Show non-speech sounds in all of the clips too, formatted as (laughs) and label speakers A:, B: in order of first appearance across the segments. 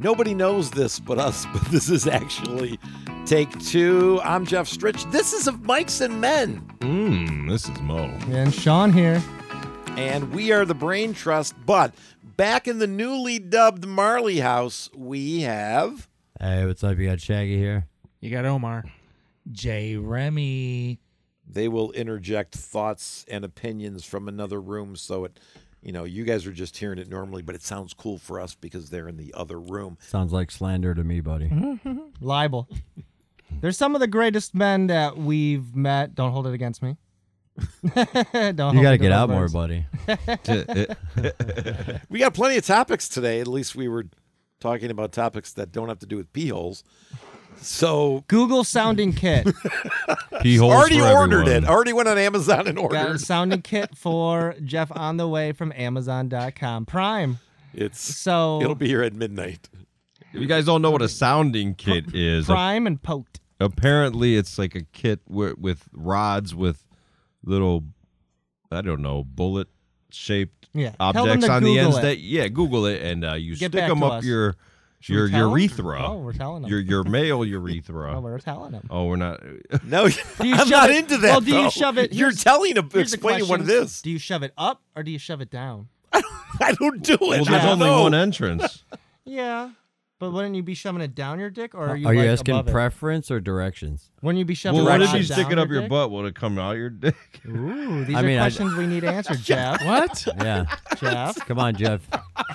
A: Nobody knows this but us, (laughs) but this is actually take two. I'm Jeff Stritch. This is of Mikes and Men.
B: Mmm, this is Mo.
C: And Sean here.
A: and we are the Brain Trust. But back in the newly dubbed Marley House, we have
D: Hey, what's up? You got Shaggy here.
E: You got Omar. J. Remy.
A: they will interject thoughts and opinions from another room, so it. You know, you guys are just hearing it normally, but it sounds cool for us because they're in the other room.
D: Sounds like slander to me, buddy.
C: Mm-hmm. Libel. They're some of the greatest men that we've met. Don't hold it against me. (laughs) Don't
D: You got to get out more, buddy.
A: We got plenty of topics today. At least we were talking about topics that don't have to do with pee holes. So
C: Google sounding kit.
B: (laughs) He holds
A: already
B: for
A: ordered
B: everyone.
A: it. Already went on Amazon and
C: got a
A: ordered.
C: sounding kit for Jeff on the way from Amazon.com Prime.
A: It's
C: So-
A: it'll be here at midnight.
B: You guys don't know what a sounding kit is.
C: Prime and poked.
B: Apparently, it's like a kit wi- with rods with little, I don't know, bullet shaped
C: Yeah. Tell them
B: objects
C: to
B: on the
C: Google
B: ends
C: it.
B: that yeah, Google it and uh, you
C: Get
B: stick
C: back
B: them
C: to
B: up
C: us.
B: your your
C: we tell 'em?
B: urethra.
C: Oh, we're telling 'em. (laughs)
B: Your your male
C: Oh,
B: urethra.
C: we're telling them.
B: Oh, we're
C: (laughs)
B: not.
A: No,
C: you
A: I'm
C: shove
A: not
C: it-
A: into that.
C: well, do you
A: though.
C: shove it-
A: You're
C: here's-
A: telling him,
C: Here's the
A: explaining what it
C: question.
A: is.
C: Do you shove it up or do you shove it down?
A: I don't do it.
B: Well,
A: I
B: there's
A: don't
B: only
A: know.
C: (laughs)
B: one entrance.
C: Yeah. But wouldn't you be shoving it down your dick or
D: Are
C: are
D: you,
C: you, like
D: asking
C: above it?
D: preference or directions?
C: Wouldn't you be shoving
B: well,
C: it
B: what if
C: down
B: you stick it
C: your
B: up your
C: dick?
B: butt? Will it come out your (laughs) dick?
C: Ooh, these
D: I
C: are
D: mean, I-
C: questions we need
D: (laughs)
C: answered, Jeff.
E: What?
C: (laughs)
D: Yeah.
C: Jeff.
D: Come on, Jeff.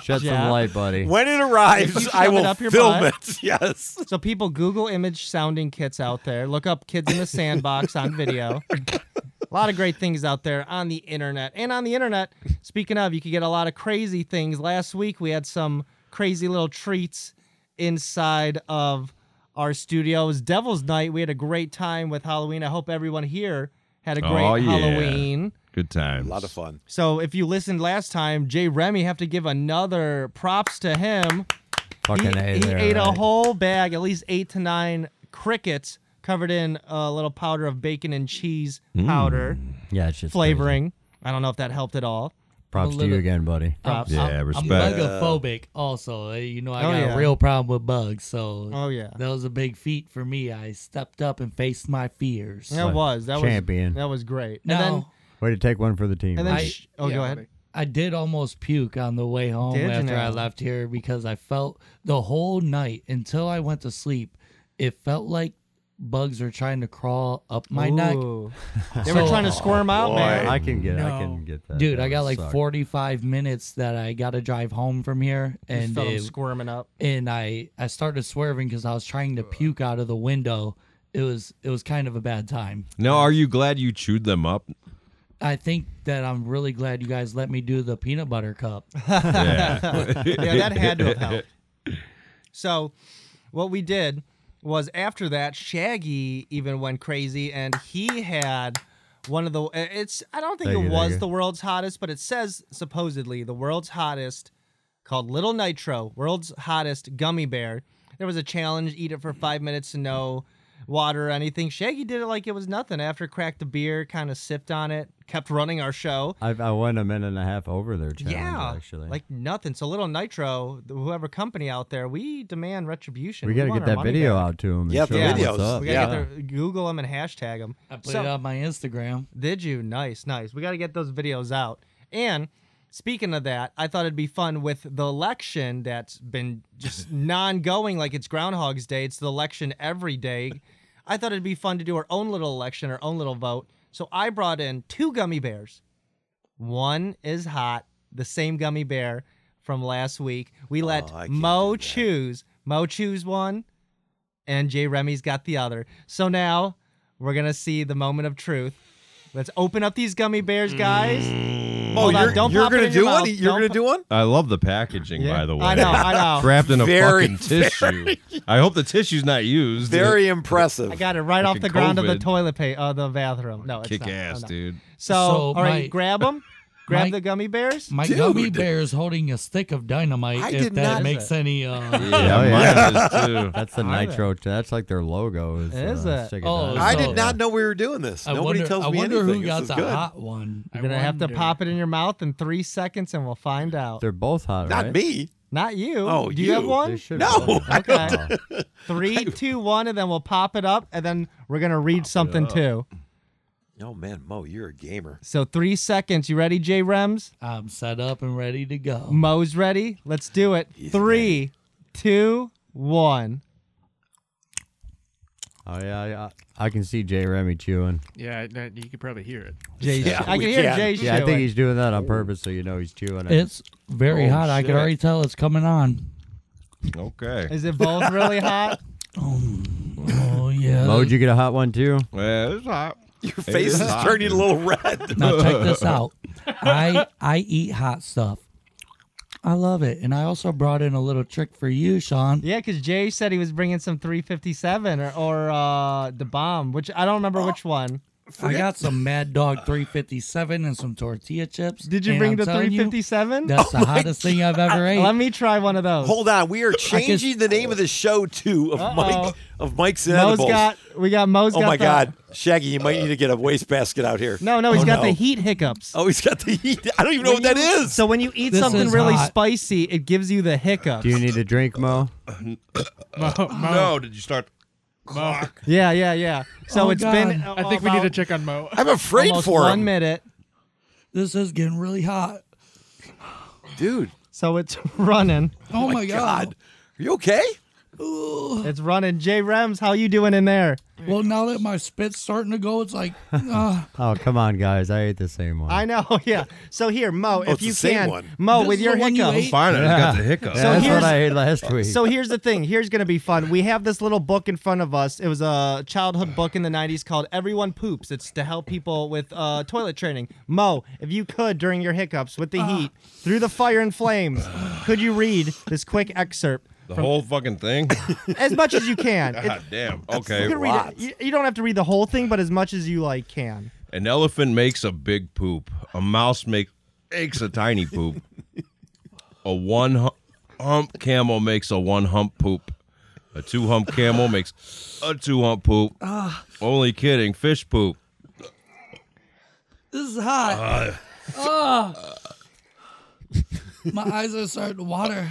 D: Shed some
C: Jeff.
D: light, buddy.
A: When it arrives,
C: you
A: I
C: shove it
A: will
C: up your
A: film
C: butt.
A: it. Yes.
C: So people Google image sounding kits out there. Look up kids in the sandbox on video. A lot of great things out there on the internet. And on the internet, speaking of, you could get a lot of crazy things. Last week we had some crazy little treats inside of our studio. It was Devil's Night. We had a great time with Halloween. I hope everyone here had a great
B: Oh, yeah.
C: Halloween.
B: Good times.
A: A lot of fun.
C: So if you listened last time, Jay Remy have to give another props to him. He,
D: Fucking A
C: he
D: there,
C: ate a
D: right?
C: whole bag, at least eight to nine crickets covered in a little powder of bacon and cheese
D: Mm.
C: powder
D: Yeah, it's just
C: flavoring. I don't know if that helped at all.
D: Props to you
E: little-
D: again, buddy.
C: Props.
B: Yeah,
E: I'm,
B: respect.
E: I'm bugophobic also. Uh, You know, I
C: Oh,
E: got
C: yeah.
E: a real problem with bugs. So
C: Oh, yeah.
E: that was a big feat for me. I stepped up and faced my fears.
C: That was that was
D: Champion.
C: that was great.
E: Now,
C: And then
D: Way to take one for the team.
C: and then
E: I-
C: sh- oh
E: yeah,
C: go ahead.
E: I did almost puke on the way home
C: Did you
E: after I
C: now?
E: left here because I felt the whole night until I went to sleep, it felt like bugs were trying to crawl up my neck.
C: Ooh.
E: Oh,
C: They were
E: So-
C: trying to squirm out, man.
D: I can get, I
E: No.
D: can get that.
E: Dude,
D: That
E: I got
D: would
E: like
D: suck.
E: 45 minutes that I got to drive home from here,
C: Just
E: and
C: felt them
E: it-
C: squirming up.
E: and I I started swerving because I was trying to puke out of the window. It was it was kind of a bad time.
B: Now, are you glad you chewed
C: (laughs)
B: them up?
E: I think that I'm really glad you guys let me do the peanut butter cup.
C: yeah, that had to have
D: (laughs)
C: helped. So, what we did was after that, Shaggy even went crazy, and he had one of the. It's I don't think
D: Thank
C: it
D: you, thank
C: was
D: you.
C: the world's hottest, but it says supposedly the world's hottest, called Little Nitro, world's hottest gummy bear. There was a challenge: eat it for five minutes to know water or anything. Shaggy did it like it was nothing. After cracked a beer, kind of sipped on it, kept running our show.
D: I, I went a minute and a half over their challenge, actually.
C: Like nothing. So little Nitro, th- whoever company out there, we demand retribution.
D: we got to
C: want
D: get
C: our
D: that
C: money
D: video
C: back.
D: out to them.
A: Yeah,
D: show
A: the
D: 'em
C: videos.
D: What's up.
C: We gotta get their Google them and hashtag them.
E: I put it on my Instagram.
C: Did you? Nice, nice. We got to get those videos out. And speaking of that, I thought it'd be fun with the election that's been
A: (laughs)
C: just non going like it's Groundhog's Day. It's the election every day. I thought it'd be fun to do our own little election, our own little vote. So I brought in two gummy bears. One is hot, the same gummy bear from last week. We let
A: I can't
C: Mo choose. Mo choose one, and Jay Remy's got the other. So now we're going to see the moment of truth. Let's open up these gummy bears, guys.
A: Oh,
C: on,
A: you're,
C: don't
A: you're
C: pop it
A: gonna
C: in
A: do
C: your
A: one.
C: mouth.
A: You're
C: Don't
A: gonna
C: pop-
A: do one.
B: I love the packaging, by the way.
C: I know, I know.
B: Wrapped in a
A: Very,
B: fucking tissue. I hope the tissue's not used.
A: Very impressive.
C: I got it right off
B: Fucking
C: the ground of the
B: COVID.
C: toilet paper, uh, the bathroom. No, it's
B: kick
C: not. No,
B: ass,
C: no.
B: dude.
C: So,
E: So,
C: all right,
E: my-
C: grab them.
E: (laughs)
C: Grab
E: my-
C: the gummy bears.
E: My gummy bear is holding a stick of dynamite.
A: I
E: if
A: did
E: that
A: not-
E: makes
A: (laughs)
E: any. Uh,
B: Yeah,
C: (laughs)
D: Oh,
B: mine is too.
D: That's the
C: I know.
D: nitro. That's like their logo. Is,
C: Is
D: uh,
C: it?
D: Stick
E: Oh,
D: Dynamite.
A: I
E: so-
A: did not know we were doing this.
E: I
A: Nobody
E: wonder,
A: tells
E: I
A: me
E: wonder
A: anything.
E: who
A: This
E: got
A: is
E: the
A: good.
E: hot one.
C: You're gonna have to
E: wonder.
C: pop it in your mouth in three seconds, and we'll find out.
D: They're both hot,
A: Not
D: right?
A: me.
C: Not you.
A: Oh,
C: do you, have
A: you.
D: They
C: one? (laughs)
D: should
A: No,
D: have done it.
C: I
D: Wow.
C: Three, two, one, and then we'll pop it up, and then we're gonna read something too.
A: Oh man, Mo, you're a gamer.
C: So three seconds. You ready, J Rems?
E: I'm set up and ready to go.
C: Mo's ready. Let's do it. Three, two, one.
D: Oh yeah, yeah, I can see Jay Remy chewing.
F: Yeah, I- I- you could probably hear it.
C: Jay,
A: Yeah,
C: I
A: we
C: can hear
A: can.
C: Jay
D: Yeah, I
C: chewing.
D: think he's doing that on purpose, so you know he's chewing it.
E: It's very
A: Oh,
E: hot. I
A: shit.
E: can already tell it's coming on.
B: Okay.
C: Is it both really hot?
E: Oh yeah.
D: Mo, did you get a hot one too?
B: Yeah, it's hot.
A: Your face
B: is
A: is,
B: hot,
A: turning a
B: dude.
A: little red.
E: Now check this out. I I eat hot stuff. I love it, and I also brought in a little trick for you, Sean.
C: Yeah, because Jay said he was bringing some 357 or, or uh, the bomb, which I don't remember which one.
E: I got some Mad Dog 357 and some tortilla chips.
C: Did you
E: and
C: bring
E: I'm
C: the
E: telling you,
C: 357?
E: That's the hottest thing I've ever ate.
C: Let me try one of those.
A: Hold on, we are changing the name of the show too of
C: Uh-oh.
A: Mike of Mike's and
C: Mo's
A: Edibles.
C: got we got Mo's
A: oh
C: got
A: my
C: the-
A: God, Shaggy, you might need to get a wastebasket out here.
C: No, no, he's
A: Oh,
C: got
A: no.
C: the heat hiccups.
A: Oh, he's got the heat. I don't even know
C: When
A: what
C: you-
A: that is.
C: So when you eat
E: This
C: something
E: is
C: really
E: hot.
C: spicy, it gives you the hiccups.
D: Do you need a drink, Mo?
C: (laughs)
F: Mo, Mo,
B: No, did you start?
F: Mo.
C: yeah, yeah, yeah. So
E: Oh,
C: it's been
E: God.
F: I think we need to
C: about
F: check on Mo.
A: I'm afraid
C: almost
A: for
C: one
A: him,
C: minute.
E: This is getting really hot.
A: dude.
C: So it's (laughs) running.
E: Oh, my god.
A: Are you okay?
C: It's running. Jay Rems, how you doing in there?
E: Well, now that my spit's starting to go, it's like, uh,
D: Oh come on, guys! I ate the same one.
C: I know, (laughs) yeah. So here, Mo, if
A: Oh, it's the
C: you
A: same
C: can,
A: one.
C: Mo,
E: This
C: with
E: is
C: your
E: the one you
C: hiccups.
E: ate?
B: Fine, I just got the
D: Yeah,
B: hiccups.
C: So
D: that's
C: here's-
D: what I
C: (laughs)
D: ate last week.
C: So here's the thing. Here's gonna be fun. We have this little book in front of us. It was a childhood book in the '90s called "Everyone Poops." It's to help people with uh, toilet training. Mo, if you could, during your hiccups with the heat, through the fire and flames, could you read this quick excerpt
B: The whole
C: (laughs)
B: fucking thing.
C: as much as you can? It- (laughs)
B: God damn.
C: you
B: Okay.
C: can read it. You, you don't have to read the whole thing, but as much as you like can. (laughs)
B: An elephant makes a big poop. A mouse make, makes a tiny poop.
E: (laughs)
B: a one hu- hump camel makes a one hump poop. A two hump camel makes a two hump poop.
E: Ah.
B: Only kidding, fish poop.
E: this is hot. Ugh. my eyes are starting to water.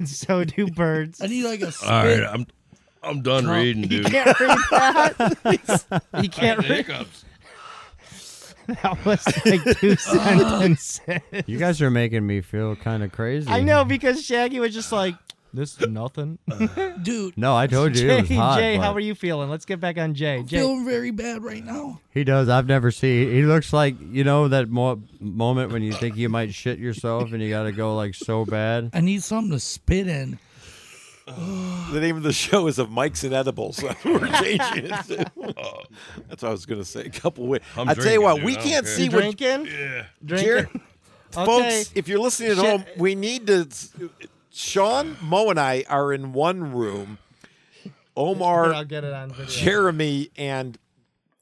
C: And so do birds.
E: I need like a
B: All right,
E: spit.
B: I'm I'm done reading,
C: (laughs) You
B: dude.
C: can't read that. (laughs) You can't read
B: Hiccups.
C: (laughs) that. Was like two sentences.
D: you guys are making me feel kind of crazy.
C: I know because Shaggy was just like, (sighs) "This is
D: (laughs)
C: nothing."
E: Dude,
D: No, I told you Oh, it
C: Jay,
D: was hot.
C: Jay,
D: but
C: how are you feeling? Let's get back on Jay. Jay,
E: feeling very bad right now.
D: He does. I've never seen. He looks like you know that mo- moment when you think you might shit yourself and you got to go like so bad.
E: I need something to spit in.
A: The name of the show is of Mike's and Edibles. (laughs) We're changing it.
B: (laughs)
A: To. That's what I was gonna say. A couple ways.
B: I'm
A: I tell you
B: drinking,
A: what,
B: dude.
A: we
B: I don't
A: can't
B: care.
A: see
C: you
A: what
C: drinking? Yeah. Drinking.
A: Jared,
C: (laughs) Okay.
A: folks. If you're listening at
C: Shit.
A: home, we need to. Sean, Mo, and I are in one room.
C: (laughs) Here, I'll
A: Omar,
C: get it on video.
A: Jeremy, and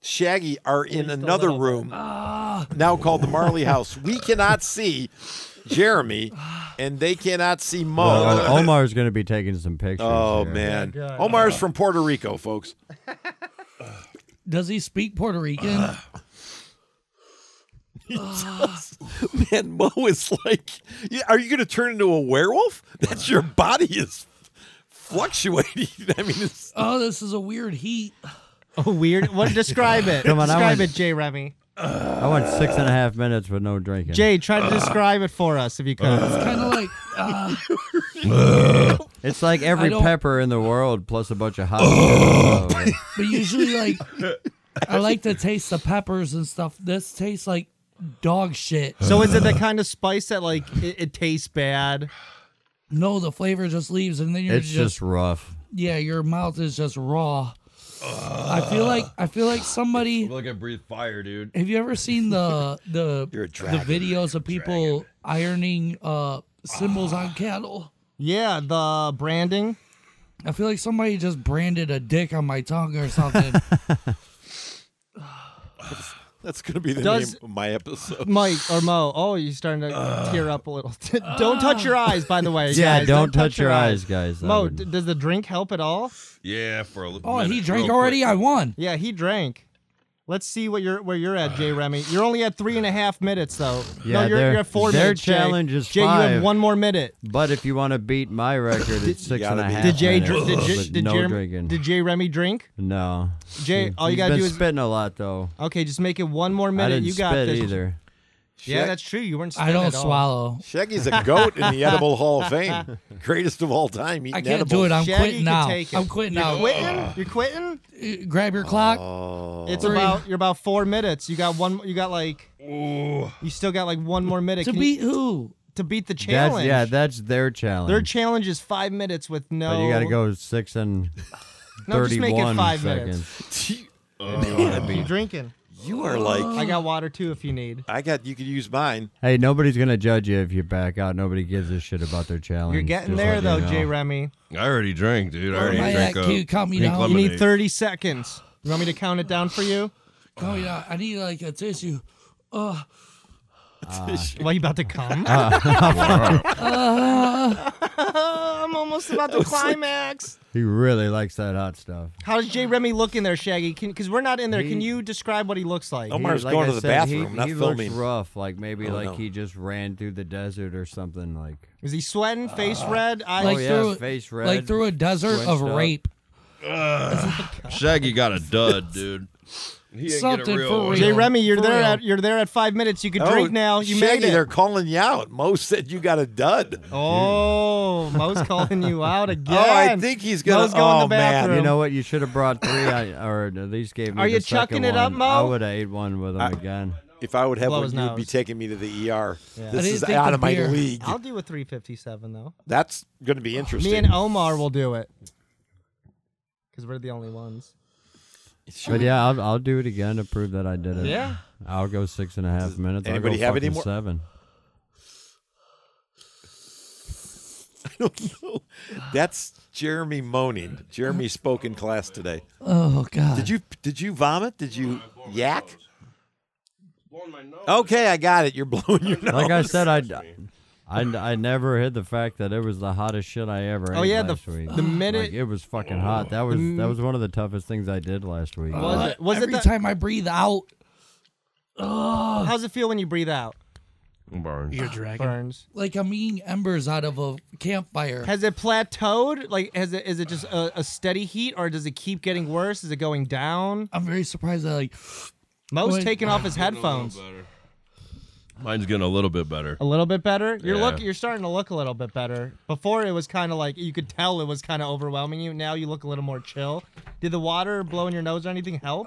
A: Shaggy are in
C: least a
A: another
C: little
A: room (sighs) now called the Marley House. We cannot see Jeremy, and they cannot see Mo.
C: Oh.
D: Well, Omar's gonna be taking some pictures.
A: Oh
D: here.
A: man,
C: Yeah, good.
A: Omar's from Puerto Rico, folks.
E: Does he speak Puerto Rican?
A: Uh. (laughs) Man, Mo is like, Yeah, are you going to turn into a werewolf? That's your body is fluctuating. (laughs) I mean, it's,
E: oh, this is a weird heat.
C: Oh, weird. What? Describe it.
D: Come on, I
C: describe
D: want-
C: it, Jay Remy.
D: I went six and a half minutes with no drinking.
C: Jay, try to describe it for us if you could.
E: Kind of like, uh,
D: it's like every
E: don't-
D: pepper in the world plus a
C: (laughs)
D: bunch of hot. pepper. So,
E: but usually like, I like to taste the peppers and stuff. This tastes like dog shit.
C: so is it the kind of spice that like it, it tastes bad?
E: No, the flavor just leaves, and then (laughs) you're
D: it's just rough.
E: yeah, your mouth is just raw. I feel like I feel like somebody.
B: Look, I breathe fire, dude.
E: Have you ever seen the the
A: You're a
E: the
A: dragon.
E: videos of people ironing uh symbols
A: Ah.
E: on cattle?
C: Yeah, the branding.
E: I feel like somebody just branded a dick on my tongue or something.
A: that's going to be the
C: Does-
A: name of my episode.
C: Mike or Mo. Oh, you're starting to tear up a little. (laughs) don't touch your eyes, by the way.
D: Yeah,
C: guys.
D: don't touch your eyes, guys. That
C: Mo,
D: would-
C: d- does the drink help at all?
B: Yeah, for a little.
E: Oh, he
B: minute,
E: drank
B: real
E: already.
B: quick.
E: I won.
C: Yeah, he drank. Let's see what you're where you're at, Jay Remy. You're only at three and a half minutes though.
D: Yeah,
C: no, you're,
D: their-
C: you're at four
D: their
C: minutes. Jay.
D: challenge is
C: Jay, you have
D: five.
C: one more minute.
D: But if you want to beat my record, it's six and
A: gotta
D: a
A: be-
D: half.
C: Did Jay
D: minutes
C: dr- did, J-
D: with
C: did,
D: (laughs) no
C: Jeremy-
D: drinking?
C: did Jay Remy drink?
D: no.
C: Jay, all you
D: He's
C: gotta
D: been
C: do is
D: spitting a lot though.
C: okay. Just make it one more
D: I
C: minute.
D: didn't
C: you got
D: spit
C: this.
D: either.
C: Yeah,
A: Shag-
C: that's true. You weren't.
E: I don't
C: spitting at all.
E: swallow.
A: Shaggy's a goat in the Edible Hall of Fame. Greatest of all time. Eating
E: I can't
A: edibles. (laughs)
E: do it. I'm
C: Shaggy
E: quitting
C: can
E: now.
C: take it.
E: I'm quitting
C: You're
E: now.
C: quitting? You're quitting?
E: Uh, Grab your clock.
C: Oh,
D: Oh.
C: It's
E: Three.
C: about you're about four minutes. You got one. You got like. You still got like one more minute
E: to
C: Can
E: beat
C: you,
E: who?
C: to beat the
D: That's
C: challenge.
D: yeah, that's their
C: Their
D: challenge.
C: challenge is five minutes with no.
D: but you got to go six and
C: (laughs) No, just make it
D: thirty-one
C: five minutes.
D: seconds.
C: (laughs) You drinking?
A: You are like
C: I got water too if you need.
A: I got. You could use mine.
D: Hey, nobody's gonna judge you if you back out. Nobody gives a shit about their challenge.
C: You're getting
D: Just
C: there
D: let
C: though,
D: you know.
C: Jay Remy.
B: I already drank, dude. I already
E: Oh, My
B: drank.
E: act
B: Uh,
E: cute. Count me
B: pink
E: down.
B: lemon.
C: You need
B: Lemonade.
C: 30 seconds. You want me to count it down for you?
E: Count me down. I need like a tissue. Uh,
C: Well, you about
A: (laughs)
C: to come?
A: Uh,
C: (laughs) I'm almost about to climax.
D: He really likes that hot stuff.
C: How does Jay Remy look in there, Shaggy? Because we're not in there. Can you describe what he looks like?
A: Oh my- Omar's
D: He- like
A: going
D: I
A: to the
D: said, he-
A: bathroom, not
D: he
A: filming.
D: looks rough. Like maybe
A: Oh,
D: like
A: no.
D: he just ran through the desert or something. Like "Oh,
C: Is he
A: Uh,
C: sweating, face red,
A: oh,
C: eyes?
E: like
D: yeah,
E: through
D: face
E: like
D: red,
E: through a desert
D: squinched
E: of
D: up.
E: rape.
B: Shaggy got a
E: (laughs)
B: dud, dude. He ain't get a
E: Something
B: real
E: for
B: one.
E: real.
C: Jay Remy, you're
E: For
C: there
E: real.
C: at you're there at five minutes. You can
A: Oh,
C: drink now. You
A: Shaggy,
C: made it.
A: they're calling you out. Mo said you got a dud.
C: Oh, Mo's calling you out again.
A: (laughs) Oh, I think he's gonna.
C: Mo's going to
A: oh
C: the bathroom.
D: you know what? You should have brought three. I, or at least gave me.
C: Are
D: the
C: you
D: second
C: chucking it up,
D: one.
C: Mo?
D: I would have ate one with him
A: I-
D: again.
A: man, if I would have
C: Blow
A: one,
C: his
A: you'd be
C: nose.
A: taking me to the ER. This
E: didn't
A: is
E: think
A: out
E: the
A: of my
E: beer-
A: league.
C: I'll do a 357 though.
A: That's going to be interesting.
C: Me and Omar will do it because we're the only ones.
D: But yeah, I'll, I'll do it again to prove that I did it.
C: Yeah.
D: I'll go six and a half minutes. I'll
A: anybody
D: go
A: have any
D: fucking
A: more? (laughs)
D: Seven.
A: I (laughs) don't know. That's Jeremy moaning. Jeremy spoke in class today.
E: Oh god.
A: Did you did you vomit? Did you yak? Okay, I got it. You're blowing your nose.
D: Like I said, I, I, I never hid the fact that it was the hottest shit I ever.
C: Oh,
D: ate
C: yeah, the
D: last
C: f-
D: week.
C: the
D: Like,
C: minute-
D: it was fucking hot. That was that was one of the toughest things I did last week.
C: Was it? Was
E: Every
C: it the,
E: time I breathe out, ugh,
C: how's it feel when you breathe out?
B: Burn.
F: You're dragging.
C: Burns.
E: like I'm eating embers out of a campfire.
C: Has it plateaued? Like, has it is it just a, a steady heat, or does it keep getting worse? Is it going down?
E: I'm very surprised that like
C: Mo's
E: Wait.
C: taking off his headphones.
B: Mine's getting a little bit better.
C: A little bit better. You're
B: Yeah.
C: look. You're starting to look a little bit better. Before it was kind of like you could tell it was kind of overwhelming you. Now you look a little more chill. Did the water blowing your nose or anything help?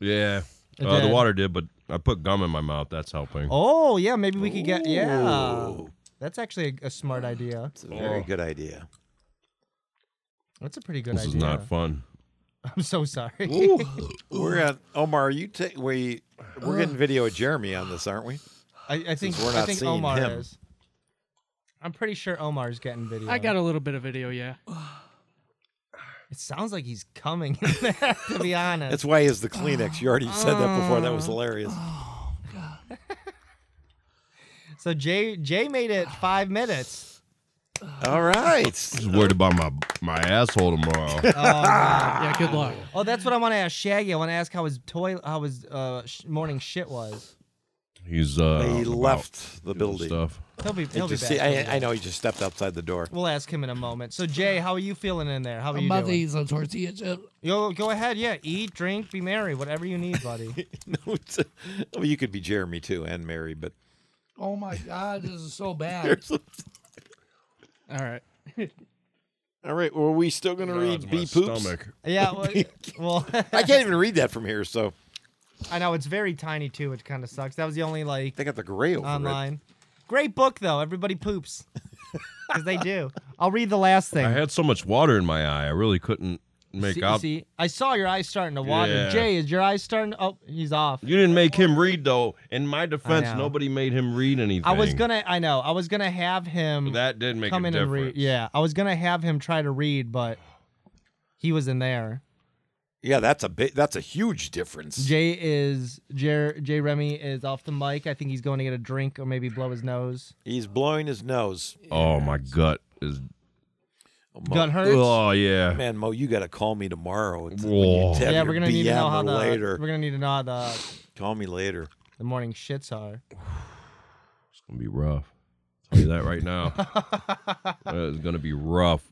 B: Yeah. Uh, the
C: did.
B: water did, but I put gum in my mouth. That's helping.
C: Oh yeah, maybe we could get yeah. That's actually a, a smart idea.
A: It's a very good idea.
C: That's a pretty good
B: this
C: idea.
B: is not fun.
C: (laughs) I'm so sorry.
A: We're at Omar. Are you take we we're getting video of Jeremy on this, aren't we?
C: (laughs) I, I think
A: we're
C: I
A: not
C: think
A: seeing
C: Omar
A: him.
C: is. I'm pretty sure Omar's getting video.
F: I got a little bit of video, yeah.
C: It sounds like he's coming. (laughs) in there, to be honest,
A: That's why he has the Kleenex. You already said that before. That was hilarious.
C: so Jay Jay made it five minutes.
A: All right.
B: Just worried about my my
C: (laughs)
B: asshole tomorrow.
F: Yeah, good luck.
C: Oh, that's what I want to ask Shaggy. I want to ask how his toy, how his uh, sh- morning shit was.
B: He's uh
A: He
D: Oh,
B: out and about
A: left the
B: doing
A: building.
B: Stuff.
C: He'll be,
A: It
C: he'll be
A: just,
C: back.
A: see,
C: He'll be
A: I, I
C: back.
A: know he just stepped outside the door. (laughs)
C: We'll ask him in a moment. So Jay, how are you feeling in there? How are
E: I'm
C: you
E: about to
C: doing?
E: eat some tortilla chip.
C: Yo, go ahead. Yeah, eat, drink, be merry, whatever you need, buddy.
A: No, it's- well, you could be Jeremy too and Mary, but
E: Oh my god, this is so bad.
F: All right.
A: all right. Well, are we still going to read
B: My
A: B poops?
B: stomach.
C: yeah. (laughs) Well, well
A: (laughs) I can't even read that from here. So
C: I know it's very tiny too, which kind of sucks. That was the only like
A: they got the gray over
C: online. Great book though. Everybody (laughs) poops because they do. I'll read the last thing.
B: I had so much water in my eye. I really couldn't make
C: see,
B: out.
C: see, I saw your eyes starting to water.
B: Yeah.
C: Jay, is your eyes starting? To, oh, he's off.
B: You didn't make him read though. In my defense,
C: know.
B: nobody made him read anything.
C: I was gonna. I know. I was gonna have him
B: That did make
C: come
B: a
C: in and read.
B: difference.
C: Yeah, I was gonna have him try to read, but he was in there.
A: it. Yeah, that's a big. That's a huge difference.
C: Jay is Jer, Jay Remy is off the mic. I think he's going to get a drink or maybe blow his nose.
A: He's blowing his nose.
B: Oh my gut is
A: Mo-
C: Gun hurts.
B: Oh yeah.
A: Man, Mo, you got to call me tomorrow. It's when
B: Whoa.
A: you tap
C: yeah,
A: your
C: we're gonna need to
A: BM
C: know how
A: or
C: the
A: later.
C: we're gonna need to know how the
A: Call me later.
C: the morning shits are.
B: It's gonna be rough. Tell you that
C: (laughs)
B: right now. it's gonna be rough.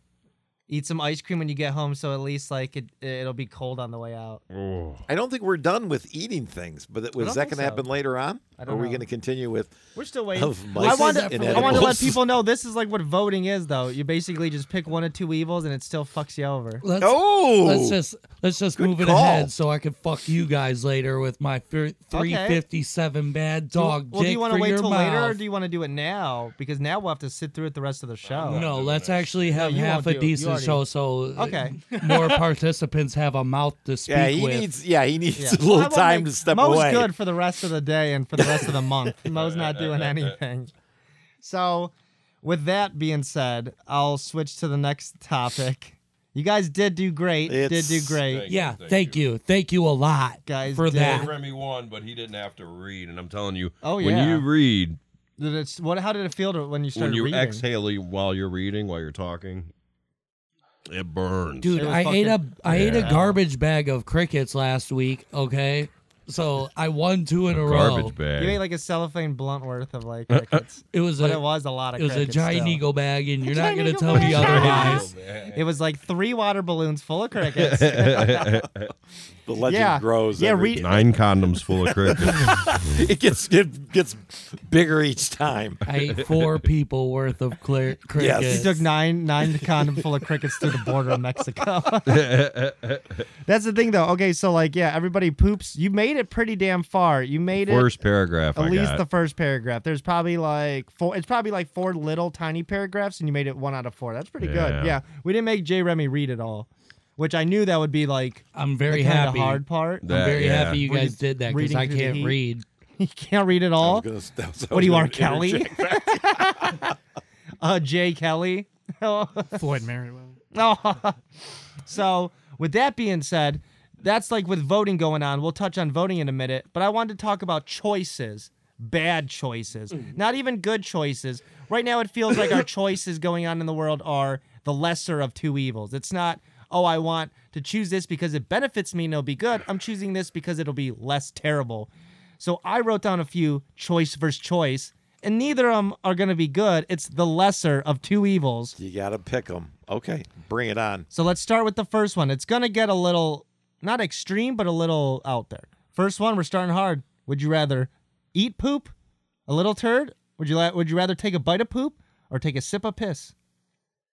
C: Eat some ice cream when you get home, so at least like it it'll be cold on the way out.
B: Oh.
A: I don't think we're done with eating things, but that, was
C: don't
A: that going
C: think
A: to
C: so.
A: happen later on?
C: I
A: Or
C: don't
A: are we
C: know.
A: going to continue with
C: We're still waiting.
A: of
C: I
A: mice
C: want
A: and
C: to, I want to let
A: (laughs) edibles?
C: people know this is like what voting is, though. You basically just pick one of two evils, and it still fucks you over.
E: Let's,
A: Oh,
E: let's just let's just
A: Good
E: move it
A: call.
E: ahead so I can fuck you guys later with my fir- 357 bad dog
C: well, do
E: dick
C: you want to
E: for
C: wait
E: your
C: till
E: mouth.
C: later, or do you want to do it now? Because now we'll have to sit through it the rest of the show.
E: no, let's actually have
C: you won't
E: half a
C: do it. You
E: decent
C: already-
E: show so uh,
C: Okay.
E: (laughs) more participants have a mouth to speak
A: yeah, he
E: with.
A: needs. Yeah, he needs
C: Yeah.
A: a little
C: I won't
A: time
C: make-
A: to step
C: Mo's
A: away.
C: good for the rest of the day and for the rest of
A: (laughs)
C: the month. Mo's not doing anything. So, with that being said, I'll switch to the next topic. You guys did do great.
A: It's-
C: did do great.
E: yeah, thank you. Thank you a lot
C: Guys
E: for
C: did.
E: that.
B: Remy won, but he didn't have to read. And I'm telling you,
C: Oh,
B: when
C: yeah.
B: you read,
C: Did it, what? How did it feel to, when you started
B: when you
C: reading?
B: exhale you- while you're reading, while you're talking, it burns.
E: Dude,
C: It was
E: I ate a
C: fucking-
E: I ate a
B: Yeah.
E: garbage bag of crickets last week, okay? So I won two in a, row.
B: garbage bag.
C: You ate like a cellophane blunt worth of
A: (laughs)
C: like crickets,
E: It was
C: but
E: a
C: it was a lot of.
E: it was a
C: crickets
E: giant
C: still.
E: eagle bag, and you're not
C: giant
E: gonna
C: eagle
E: tell me
C: bag.
E: otherwise.
C: It was like three water balloons full of
A: (laughs)
C: crickets.
A: The legend
C: Yeah.
A: grows.
C: Yeah,
A: every-
C: read-
B: Nine condoms full
C: (laughs)
B: of crickets.
A: (laughs) it gets it gets bigger each time.
E: I ate four people worth of
C: (laughs)
E: clear crickets.
A: Yes.
C: He took nine nine condom full of crickets through the border of Mexico. That's the thing, though. Okay, so like, yeah, everybody poops. You made it pretty damn far. You made it
B: First paragraph.
C: at
B: I
C: least
B: got.
C: the first paragraph. There's probably like four. It's probably like four little tiny paragraphs, and you made it one out of four. That's pretty
B: Yeah.
C: good. Yeah, we didn't make J. Remy read it all, which I knew that would be like
E: I'm very
C: the kinda
E: happy.
C: hard part.
B: That-
E: I'm very
B: yeah.
E: happy you guys
C: Read-
E: did that because
C: reading
E: I
C: through the
E: can't
C: heat.
E: read.
C: (laughs) you can't read it all.
A: I (laughs) was gonna- I was- I
C: What
A: was
C: do you are,
A: gonna
C: Kelly? (laughs)
A: interject.
C: uh, J. Kelly. (laughs)
F: Floyd Merriweather.
C: Oh. (laughs) so, with that being said, that's like with voting going on. We'll touch on voting in a minute, but I wanted to talk about choices, bad choices, not even good choices. Right now, it feels like our choices going on in the world are the lesser of two evils. It's not, oh, I want to choose this because it benefits me and it'll be good. I'm choosing this because it'll be less terrible. So, I wrote down a few choice versus choice, and neither of them are going to be good. It's the lesser of two evils.
A: You gotta pick them. Okay, bring it on.
C: So let's start with the first one. It's gonna get a little not extreme, but a little out there. First one, we're starting hard. Would you rather eat poop, a little turd? Would you la- would you rather take a bite of poop or take a sip of piss?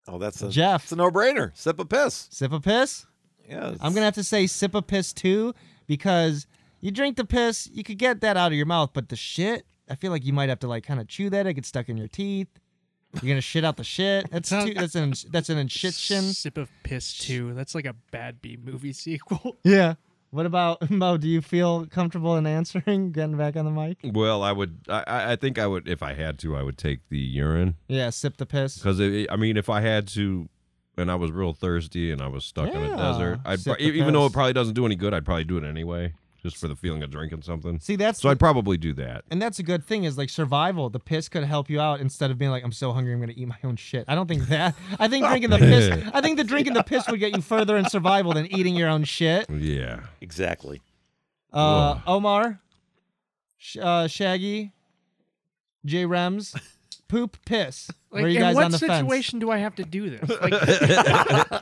A: Oh, that's a
C: Jeff.
A: It's a no-brainer. Sip a piss.
C: Sip of piss?
A: Yeah,
C: I'm gonna have to say sip of piss too, because you drink the piss, you could get that out of your mouth, but the shit, I feel like you might have to like kind of chew that. It gets stuck in your teeth. You're gonna shit out the shit. That's too, that's an that's an inshittion.
F: Sip of piss too. That's like a bad B movie (laughs) sequel.
C: Yeah. What about (laughs) Mo? Do you feel comfortable in answering? (laughs) Getting back on the mic?
B: well, I would. I- I, I think I would, if I had to, I would take the urine.
C: Yeah, sip the piss.
B: Because I mean, if I had to, and I was real thirsty and I was stuck in a
C: Yeah.
B: desert, I'd
C: Sip
B: pro-
C: the
B: even though
C: piss.
B: it probably doesn't do any good, I'd probably do it anyway, just for the feeling of drinking something.
C: See, that's
B: So
C: the-
B: I'd probably do that.
C: and that's a good thing is like survival. The piss could help you out instead of being like, I'm so hungry, I'm gonna eat my own shit. I don't think that. I
B: (laughs)
C: think drinking the piss. I think the drinking the piss would get you further in survival than eating your own shit.
B: Yeah.
A: exactly.
C: Uh, Omar, Sh- uh, Shaggy, J. Rems, poop, piss.
F: Like,
C: Where are you
F: in
C: guys
F: what
C: on the fence?
F: situation do I have to do this? Like, (laughs)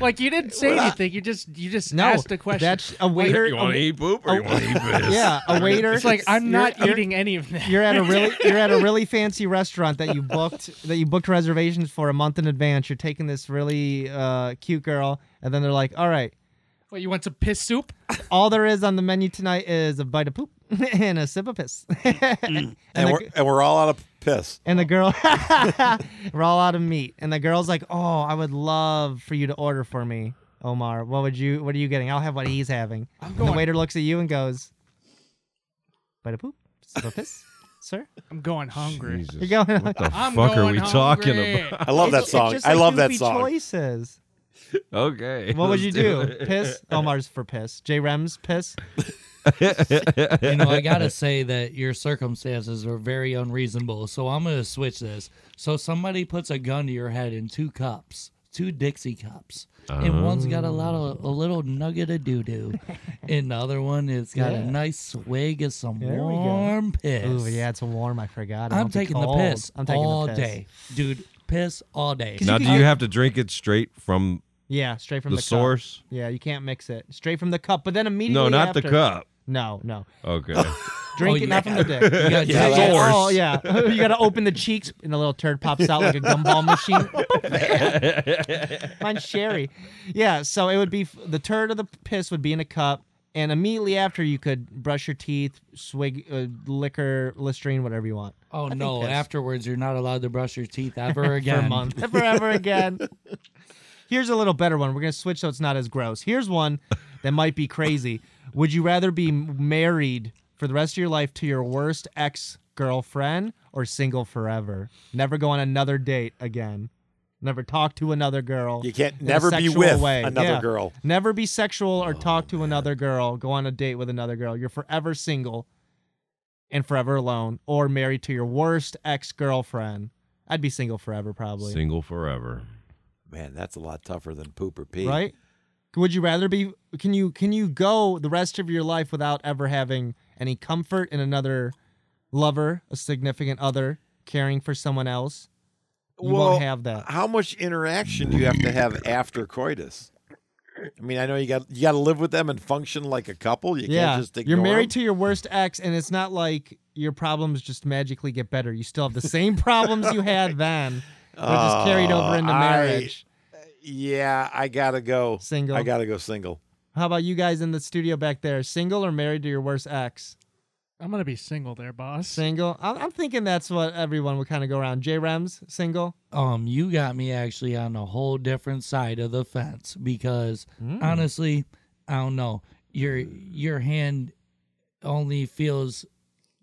F: like you didn't say anything. You just you just
C: No,
F: asked a question.
C: That's a waiter.
B: You want
C: a-
B: to eat poop or you want to eat (laughs) piss?
C: yeah, a waiter.
F: it's like I'm
C: You're-
F: not
C: you're-
F: eating any of that.
A: (laughs)
C: you're at a really you're at a really fancy restaurant that you booked that you booked reservations for a month in advance. You're taking this really uh, cute girl, and then they're like, "All right,
F: What, you want some piss soup?
C: all there is on the menu tonight is a bite of poop (laughs) and a sip of piss." (laughs) and,
A: Mm. And,
C: the,
A: we're and we're all out of piss.
C: and the girl, (laughs) we're all out of meat, and the girl's like, "Oh, I would love for you to order for me, Omar. What would you? What are you getting? I'll have what he's having." And the waiter looks at you and goes, "Bite of poop, sip of piss, sir." (laughs)
F: I'm going hungry.
B: Jesus.
C: You're going.
B: What the
F: I'm
B: fuck
F: going
B: are we
F: hungry.
B: talking about? (laughs)
A: I love that
C: It's- it's
A: song.
C: just
A: I
C: like
A: love that
C: goofy
A: song.
C: (laughs) Choices.
B: Okay.
C: What would (laughs)
B: let's
C: you do? Piss. Omar's for piss. J. Rem's piss.
E: you know, I gotta say that your circumstances are very unreasonable. So I'm gonna switch this. So somebody puts a gun to your head in two cups, two Dixie cups, and one's got a lot
C: Oh.
E: of a little nugget of
C: (laughs)
E: doo doo, and the other one has got a nice swig of some
C: There we go.
E: warm piss.
C: Ooh, yeah, it's warm. I forgot. It
E: I'm
C: won't be
E: taking
C: cold.
E: the piss
C: I'm taking
E: all
C: the piss.
E: day, dude. Piss all day.
B: Now, do
C: can-
B: you have to drink it straight from
C: Yeah, straight from
B: the,
C: the, cup.
B: source?
C: Yeah, you can't mix it. Straight from the cup, but then immediately.
B: No, not the
C: after-
B: cup.
C: No, no.
B: Okay.
C: (laughs) Drink
E: Oh,
C: it
E: yeah.
C: not from the
E: (laughs)
C: dick. You gotta
E: Yeah,
C: take
E: that's-
C: it-
E: (laughs)
C: Oh yeah, (laughs) you gotta open the cheeks, and the little turd pops out like a gumball machine. Mine's sherry. Yeah, so it would be f- the turd of the piss would be in a cup, and immediately after you could brush your teeth, swig uh, liquor, listerine, whatever you want.
E: Oh no!
C: piss.
E: Afterwards, you're not allowed to brush your teeth
C: (laughs)
E: ever
C: for
E: again.
C: a month forever again. (laughs) Here's a little better one. We're gonna switch so it's not as gross. Here's one that might be crazy. Would you rather be married for the rest of your life to your worst ex girlfriend or single forever? Never go on another date again. Never talk to another girl.
A: You can't
C: in a
A: never be
C: sexual
A: with
C: way.
A: another
C: Yeah.
A: girl.
C: Never be sexual or talk to another girl. Go on a date with another girl. You're forever single and forever alone, or married to your worst ex girlfriend. I'd be single forever, probably.
B: Single forever.
A: Man, that's a lot tougher than poop or pee.
C: Right? Would you rather be? Can you can you go the rest of your life without ever having any comfort in another lover, a significant other, caring for someone else? You
A: Well,
C: won't have that.
A: How much interaction do you have to have after coitus? I mean, I know you got you got to live with them and function like a couple. You
C: yeah,
A: can't just ignore
C: you're married
A: them.
C: to your worst ex, and it's not like your problems just magically get better. You still have the same problems
A: (laughs)
C: you had then. They're just carried over
A: Oh,
C: into
A: I-
C: marriage.
A: Yeah, I gotta go
C: Single.
A: I gotta go single.
C: How about you guys in the studio back there? Single or married to your worst ex?
F: I'm gonna be single there, boss.
C: Single. I'm, I'm thinking that's what everyone would kind of go around. J Rems, single.
E: um, you got me actually on a whole different side of the fence because
C: Mm.
E: honestly, I don't know. Your your hand only feels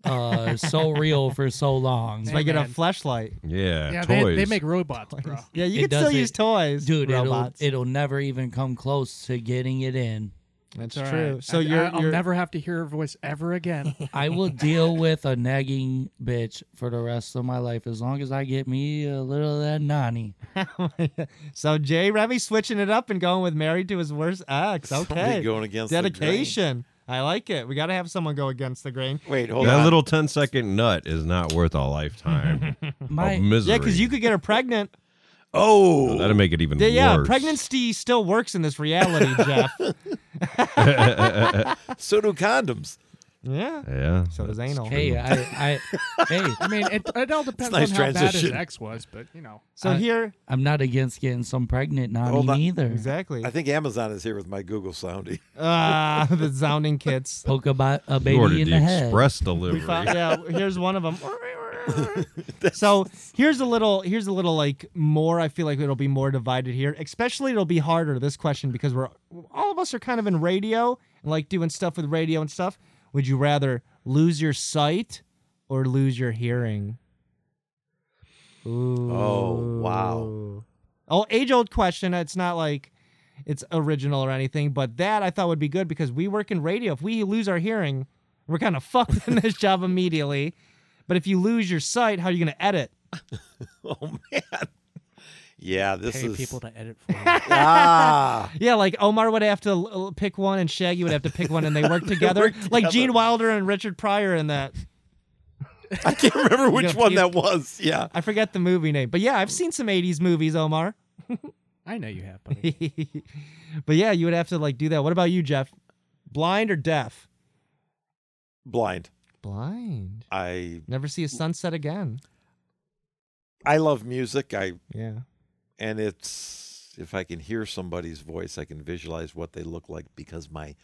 E: uh
C: (laughs)
E: so real for so long.
C: If I get a
F: man.
C: flashlight.
B: Yeah.
F: yeah,
B: toys.
F: they, they make robots, bro.
C: Yeah, you
E: It
C: can still
E: doesn't-
C: use toys,
E: Dude,
C: Robots.
E: it'll it'll never even come close to getting it in.
C: that's
F: It's all
C: true.
F: right.
C: So
F: I,
C: you're,
F: I, I'll
C: you're
F: never have to hear her voice
C: (laughs)
F: ever again.
E: I will deal with a nagging bitch for the rest of my life as long as I get me a little of that nanny.
C: so Jay Remy switching it up and going with married to his worst ex. Okay,
A: Somebody going against the grain.
C: dedication. I like it. We got to have someone go against the grain.
A: Wait, hold
B: that
A: on.
B: little 10 second nut is not worth a
C: (laughs)
B: lifetime
E: My
B: of misery.
C: Yeah, because you could get her pregnant.
A: (laughs) oh,
B: That'll make it even
C: Yeah, yeah,
B: worse.
C: pregnancy still works in
A: (laughs)
C: this reality, Jeff.
A: so do condoms.
C: Yeah.
B: Yeah.
C: So does anal.
E: hey,
B: (laughs)
E: I, I hey,
F: I mean, it, it all depends
A: nice
F: on how bad his
A: transition.
F: ex was, but you know.
C: So
E: I-
C: here,
E: I'm not against getting some pregnant nanny
A: Hold on.
E: neither.
C: exactly,
A: I think Amazon is here with my Google Soundy.
C: ah, the sounding kits.
E: Poke a, bi- a
B: You ordered
E: baby in
B: the
E: the head.
B: express delivery.
C: Found- yeah, here's one (laughs) of them. so here's a little, here's a little like more. I feel like it'll be more divided here. Especially, it'll be harder this question because we're all of us are kind of in radio and like doing stuff with radio and stuff. Would you rather lose your sight or lose your hearing? Ooh.
A: Oh, wow.
C: Oh, age old question. It's not like it's original or anything, but that I thought would be good because we work in radio. If we lose our hearing, we're kind of (laughs) fucked in this job immediately. But if you lose your sight, how are you going to edit?
A: Oh man. Yeah, this is
F: to edit
E: (laughs)
F: for him.
A: (laughs) ah.
C: Yeah, like Omar would have to l- l- pick one and Shaggy would have to pick one and they (laughs) work together. Like Gene Wilder and Richard Pryor in that.
A: I can't
C: (laughs)
A: remember which
C: gotta
A: one
C: keep-
A: that was. Yeah.
C: I forget the movie name. But yeah, I've seen some 80s movies, Omar. (laughs)
F: I know you have, buddy.
C: but yeah, you would have to like do that. What about you, Jeff? Blind or deaf?
A: Blind.
C: Blind.
A: I
C: Never see a sunset again.
A: I love music. I
C: Yeah.
A: and it's if I can hear somebody's voice, I can visualize what they look like because my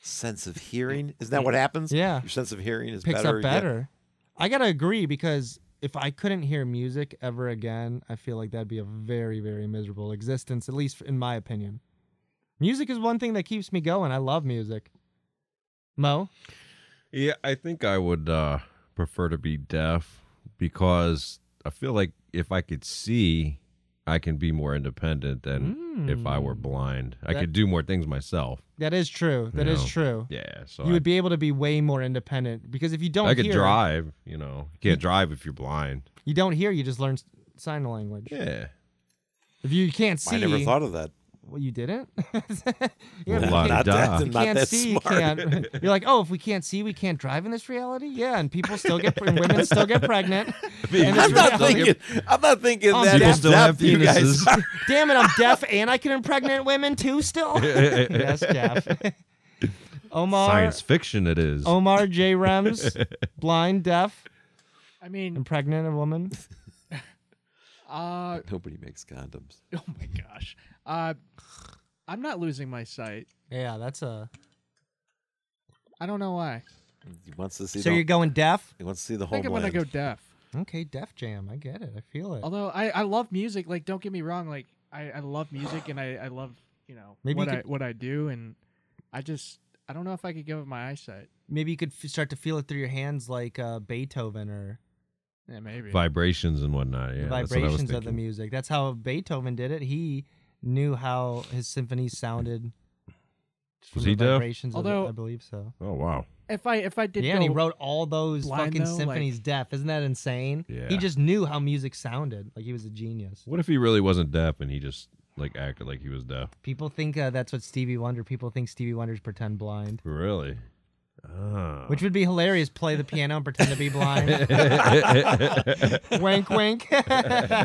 A: sense of hearing isn't that what happens?
C: Yeah.
A: Your sense of hearing is
C: picks
A: better.
C: up
A: yeah.
C: better. I gotta agree because if I couldn't hear music ever again, I feel like that'd be a very, very miserable existence, at least in my opinion. Music is one thing that keeps me going. I love music. Mo,
B: Yeah, I think I would uh, prefer to be deaf because I feel like if I could see, I can be more independent than if I were blind. I
C: Hmm. That-
B: could do more things myself.
C: that is true. That is
B: No.
C: true.
B: Yeah, so
C: You
B: I,
C: would be able to be way more independent because if you don't
B: I could
C: hear,
B: drive. You know, you can't drive if you're blind.
C: you don't hear. You just learn s- sign language.
B: Yeah,
C: If you can't see,
A: I never thought of that.
C: well, you didn't. (laughs) yeah,
B: La
C: but
B: da
A: Not
B: da.
A: that, (laughs)
C: you
A: not
C: can't
A: that
C: see,
A: smart.
C: you
A: (laughs)
C: can't. (laughs) You're like, oh, if we can't see, we can't drive in this reality. Yeah, and people still get, and women still
A: (laughs)
C: get pregnant. And
A: I'm
C: it's
A: not
C: reality.
A: thinking. I'm not thinking
C: Oh,
A: that.
C: people
A: in
B: still have
A: depth, you
C: (laughs)
A: guys.
B: penises.
C: Damn it, I'm deaf and I can impregnate women
A: (laughs)
C: too. Still, yes, Jeff. (laughs) Omar,
B: Science fiction it is.
A: (laughs)
C: Omar J. Rems, blind, deaf,
F: I mean,
C: impregnant a woman.
F: uh, (laughs)
A: Nobody makes condoms.
F: oh my gosh. Uh, I'm not losing my sight.
C: Yeah, that's a.
F: I don't know why.
A: He wants to see.
C: So
A: the,
C: you're going deaf?
A: he wants to see the
F: I think I'm
A: homeland.
F: gonna go deaf.
C: Okay, Def Jam. I get it. I feel it.
F: Although I, I love music. Like, don't get me wrong. Like, I, I love music and I, I love you know
C: Maybe
F: what
C: you
F: I what I do and I just I don't know if I could give up my eyesight.
C: Maybe you could f- start to feel it through your hands, like uh, Beethoven or
F: Yeah, maybe.
B: Vibrations and whatnot. Yeah,
C: the
B: that's what I was
C: vibrations of the
B: thinking.
C: music. That's how Beethoven did it. He knew how his symphonies sounded. just
B: Was
C: from
B: he
C: the
B: deaf?
C: vibrations of it,
F: Although-
C: I believe so.
B: Oh wow.
F: If I if I did
C: Yeah, and he
F: go-
C: wrote all those
F: blind,
C: fucking
F: though, like-
C: symphonies deaf. Isn't that insane?
B: Yeah.
C: He just knew how music sounded. Like he was a genius.
B: What if he really wasn't deaf and he just like acted like he was deaf?
C: People think uh, that's what Stevie Wonder. People think Stevie Wonder's pretend blind,
B: Really? Ah.
C: which would be hilarious. Play the piano and pretend to be blind.
B: (laughs) Ah.
C: (laughs) wink, wink.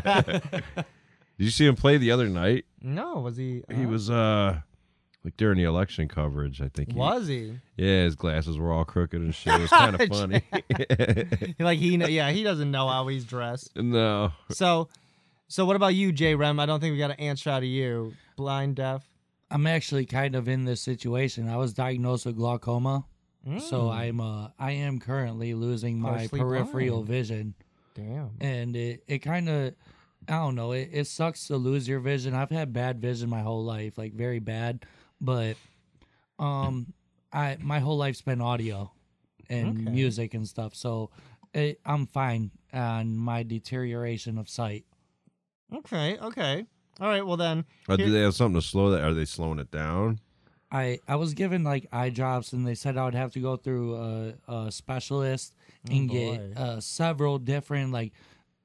B: Did you see him play the other night?
C: no, was he?
B: He
C: uh,
B: was uh like during the election coverage, I think. he-
C: Was he?
B: Yeah, his glasses were all crooked and shit. It was kind of funny.
C: Like he? kn- Yeah, he doesn't know how he's dressed.
B: (laughs) no.
C: So, so what about you, J. Rem? I don't think we got an answer out of you. Blind, deaf.
E: I'm actually kind of in this situation. I was diagnosed with glaucoma, so I'm uh I am currently losing my
C: Partially
E: peripheral
C: blind.
E: vision,
C: Damn.
E: and it it kind of I don't know. It it sucks to lose your vision. I've had bad vision my whole life, like very bad, but um I my whole life's been audio and
C: Okay.
E: music and stuff, so. It, I'm fine on my deterioration of sight.
C: Okay. Okay. All right. Well then.
B: Uh, do
C: Here-
B: they have something to slow that? Are they slowing it down?
E: I I was given like eye drops, and they said I would have to go through a, a specialist and
C: Oh, boy.
E: get uh, several different like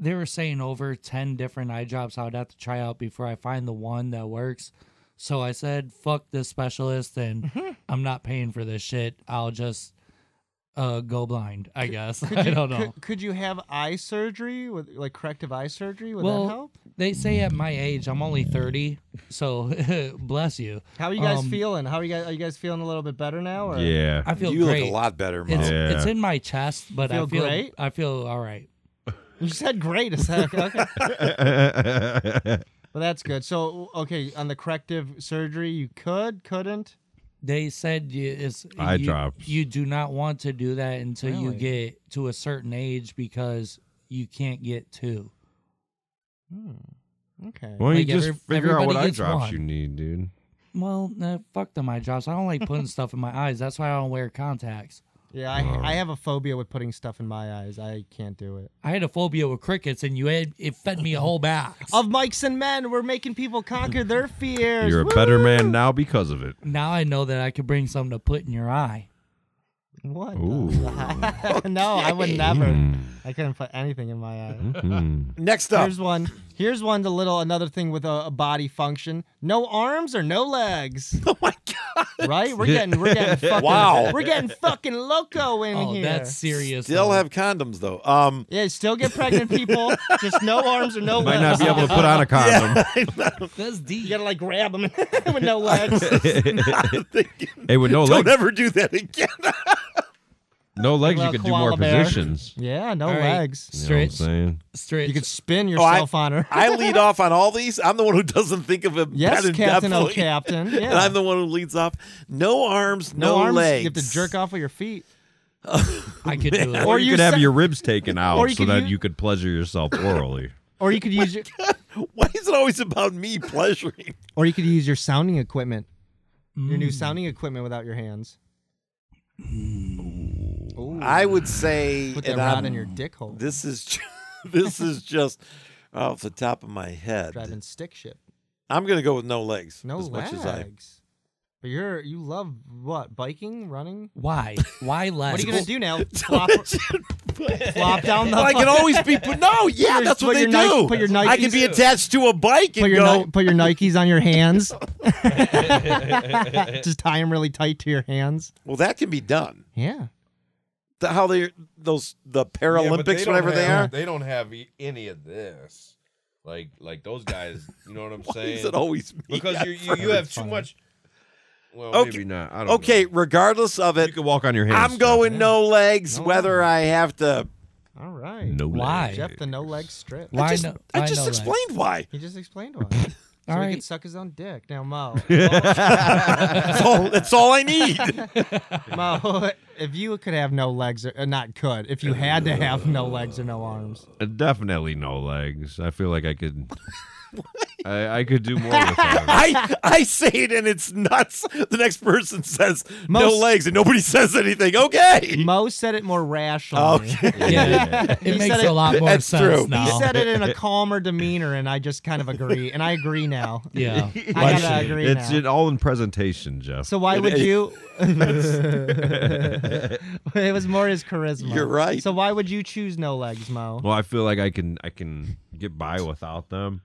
E: they were saying over ten different eye drops I would have to try out before I find the one that works. So I said, "Fuck this
C: (laughs)
E: specialist, and I'm not paying for this shit. I'll just uh, go blind, I guess. (laughs) I don't know."
C: Could, could you have eye surgery with like corrective eye surgery? Would
E: well,
C: that help?
E: they say at my age, I'm only 30, so (laughs) bless you.
C: How are you guys
E: um,
C: feeling? How are you guys? Are you guys feeling a little bit better now? Or?
E: (laughs)
B: Yeah. (laughs)
E: I feel
A: you
E: great.
A: look a lot better, Mo.
E: It's,
B: Yeah.
E: it's in my chest, but
C: Feel
E: I feel
C: great?
E: I feel all right.
C: You said great. Is that (laughs) okay? well, that's good. So, okay, on the corrective surgery, you could, couldn't.
E: They said you, it's,
B: Eye
E: you,
B: drops.
E: You do not want to do that until you
C: Really?
E: get to a certain age because you can't get two.
C: Okay.
B: Why don't
E: Like
B: you just
E: every-
B: figure out what
E: everybody
B: eye
E: gets
B: drops
E: one.
B: you need, dude?
E: Well, nah, fuck them eye drops. I don't
C: (laughs)
E: like putting stuff in my eyes. That's why I don't wear contacts.
C: Yeah, I, I have a phobia with putting stuff in my eyes. I can't do it.
E: I had a phobia with crickets, and you had it fed me a whole
C: (laughs)
E: box.
C: Of mics and men, we're making people conquer their fears.
B: (laughs) You're a better man now because of it.
E: now I know that I could bring something to put in your eye.
C: What?
B: Ooh. Hmm.
C: the- (laughs) no, I would never. I couldn't put anything in my eye.
B: Mm.
A: Next up,
C: Here's one. Here's one. A little another thing with a, a body function. No arms or no
A: (laughs)
C: legs.
A: oh my god,
C: Right? We're getting we're
A: (laughs)
C: getting fucking
A: Wow.
C: We're getting fucking loco in
E: Oh,
C: here.
E: that's serious.
A: still
E: though.
A: have condoms though. Um,
C: yeah. Still get pregnant, people. Just no arms or no
B: Might
C: legs.
B: not be able to put on a condom.
A: (laughs)
E: that's
C: (laughs) you
E: deep.
C: gotta like grab them (laughs) with
B: (laughs)
C: no legs.
B: Hey, with no
A: don't
B: legs,
A: ever do that again.
B: no legs, you
C: Little
B: could do more
C: koala bear.
B: positions.
C: yeah, no
E: All right.
C: legs.
B: You know what I'm
E: Stretch,
B: saying?
E: stretch.
C: You could spin yourself on
A: (laughs)
C: her.
A: Oh, I lead off on all these. I'm the one who doesn't think of it.
C: yes,
A: better
C: Captain. Oh,
A: definitely.
C: Captain.
A: (laughs)
C: Yeah.
A: And I'm the one who leads off. No arms, no,
C: no, arms.
A: legs.
C: You have to
A: (laughs)
C: jerk off with your feet.
E: I
B: (laughs)
E: could do it.
C: Or
B: Or you,
C: you
B: could have
C: se-
B: your ribs (laughs) taken out
C: you
B: so
C: could
B: that
C: use-
B: you could pleasure (laughs) yourself orally.
C: Or you could use your,
A: Why is it always about me pleasuring?
C: or you could use your sounding equipment. Your
A: Hmm.
E: Mm.
C: new sounding equipment without your hands.
A: Hmm. I would say,
C: Put that
A: and
C: rod
A: I'm-
C: in your dick hole.
A: This is ju- (laughs) this is just off the top of my head.
C: driving stick shit.
A: I'm gonna go with no legs.
C: No
A: as
C: legs.
A: much as (laughs) I.
C: But you're you love what biking, running.
E: Why? Why
A: (laughs)
E: less?
C: What are you gonna do now? Flop, flop down the.
A: But I can always be. But no, yeah,
C: your-
A: that's what
C: put
A: they
C: your Nike-
A: do.
C: put your
A: I can
C: Nikes-
A: be attached to a bike and
C: put your
A: go.
C: Ni- put your Nikes on
A: (laughs)
C: your hands. (laughs) Just tie them really tight to your hands.
A: well, that can be done.
C: Yeah.
A: The- how they those the
B: Yeah, but
A: Paralympics,
B: don't
A: whatever they
B: have-
A: are.
B: They don't have e- any of this. Like like those guys, you know what (laughs) I'm
A: (laughs) Why
B: saying?
A: is it always me?
B: because
A: at
B: you you, you have too
C: Fine.
B: much. Well,
A: Okay.
B: maybe not. I
A: (laughs)
B: don't.
A: Okay,
B: know.
A: regardless of
B: you
A: it,
B: can walk on your hands.
A: I'm going no legs,
C: No
A: whether I have to.
C: All right.
B: No
E: Why?
C: Jeff the no leg strip.
E: Why
A: I just,
E: no-
A: I
E: why
A: just
E: no legs?
A: explained
C: (laughs)
A: why.
C: He just explained
A: (laughs)
C: why. so
E: All
C: he
E: right.
C: could suck his own dick. Now, Mo,
A: That's all, that's all I need.
C: Mo, (laughs) if you could have no legs, or, uh, not could, if you had to have no legs or no arms,
B: Uh, Definitely no legs. I feel like I (laughs) could. I, I could do more (laughs) with that.
A: I I say it and it's nuts. The next person says no
C: Most-
A: legs and nobody says anything. Okay.
C: Mo said it more rationally.
E: Yeah, it
C: He
E: makes
C: said
E: a lot more
A: that's
E: sense
A: true.
C: (laughs)
E: now.
C: He said it in a calmer demeanor, and I just kind of agree. And I agree now. (laughs)
E: Yeah,
C: I gotta agree
B: it's
C: now.
B: in- all in presentation, Jeff. (laughs)
C: So why would
A: (laughs)
C: you? (laughs) it was more his charisma.
A: You're right.
C: So why would you choose no legs, Mo?
B: well, I feel like I can I can get by without them.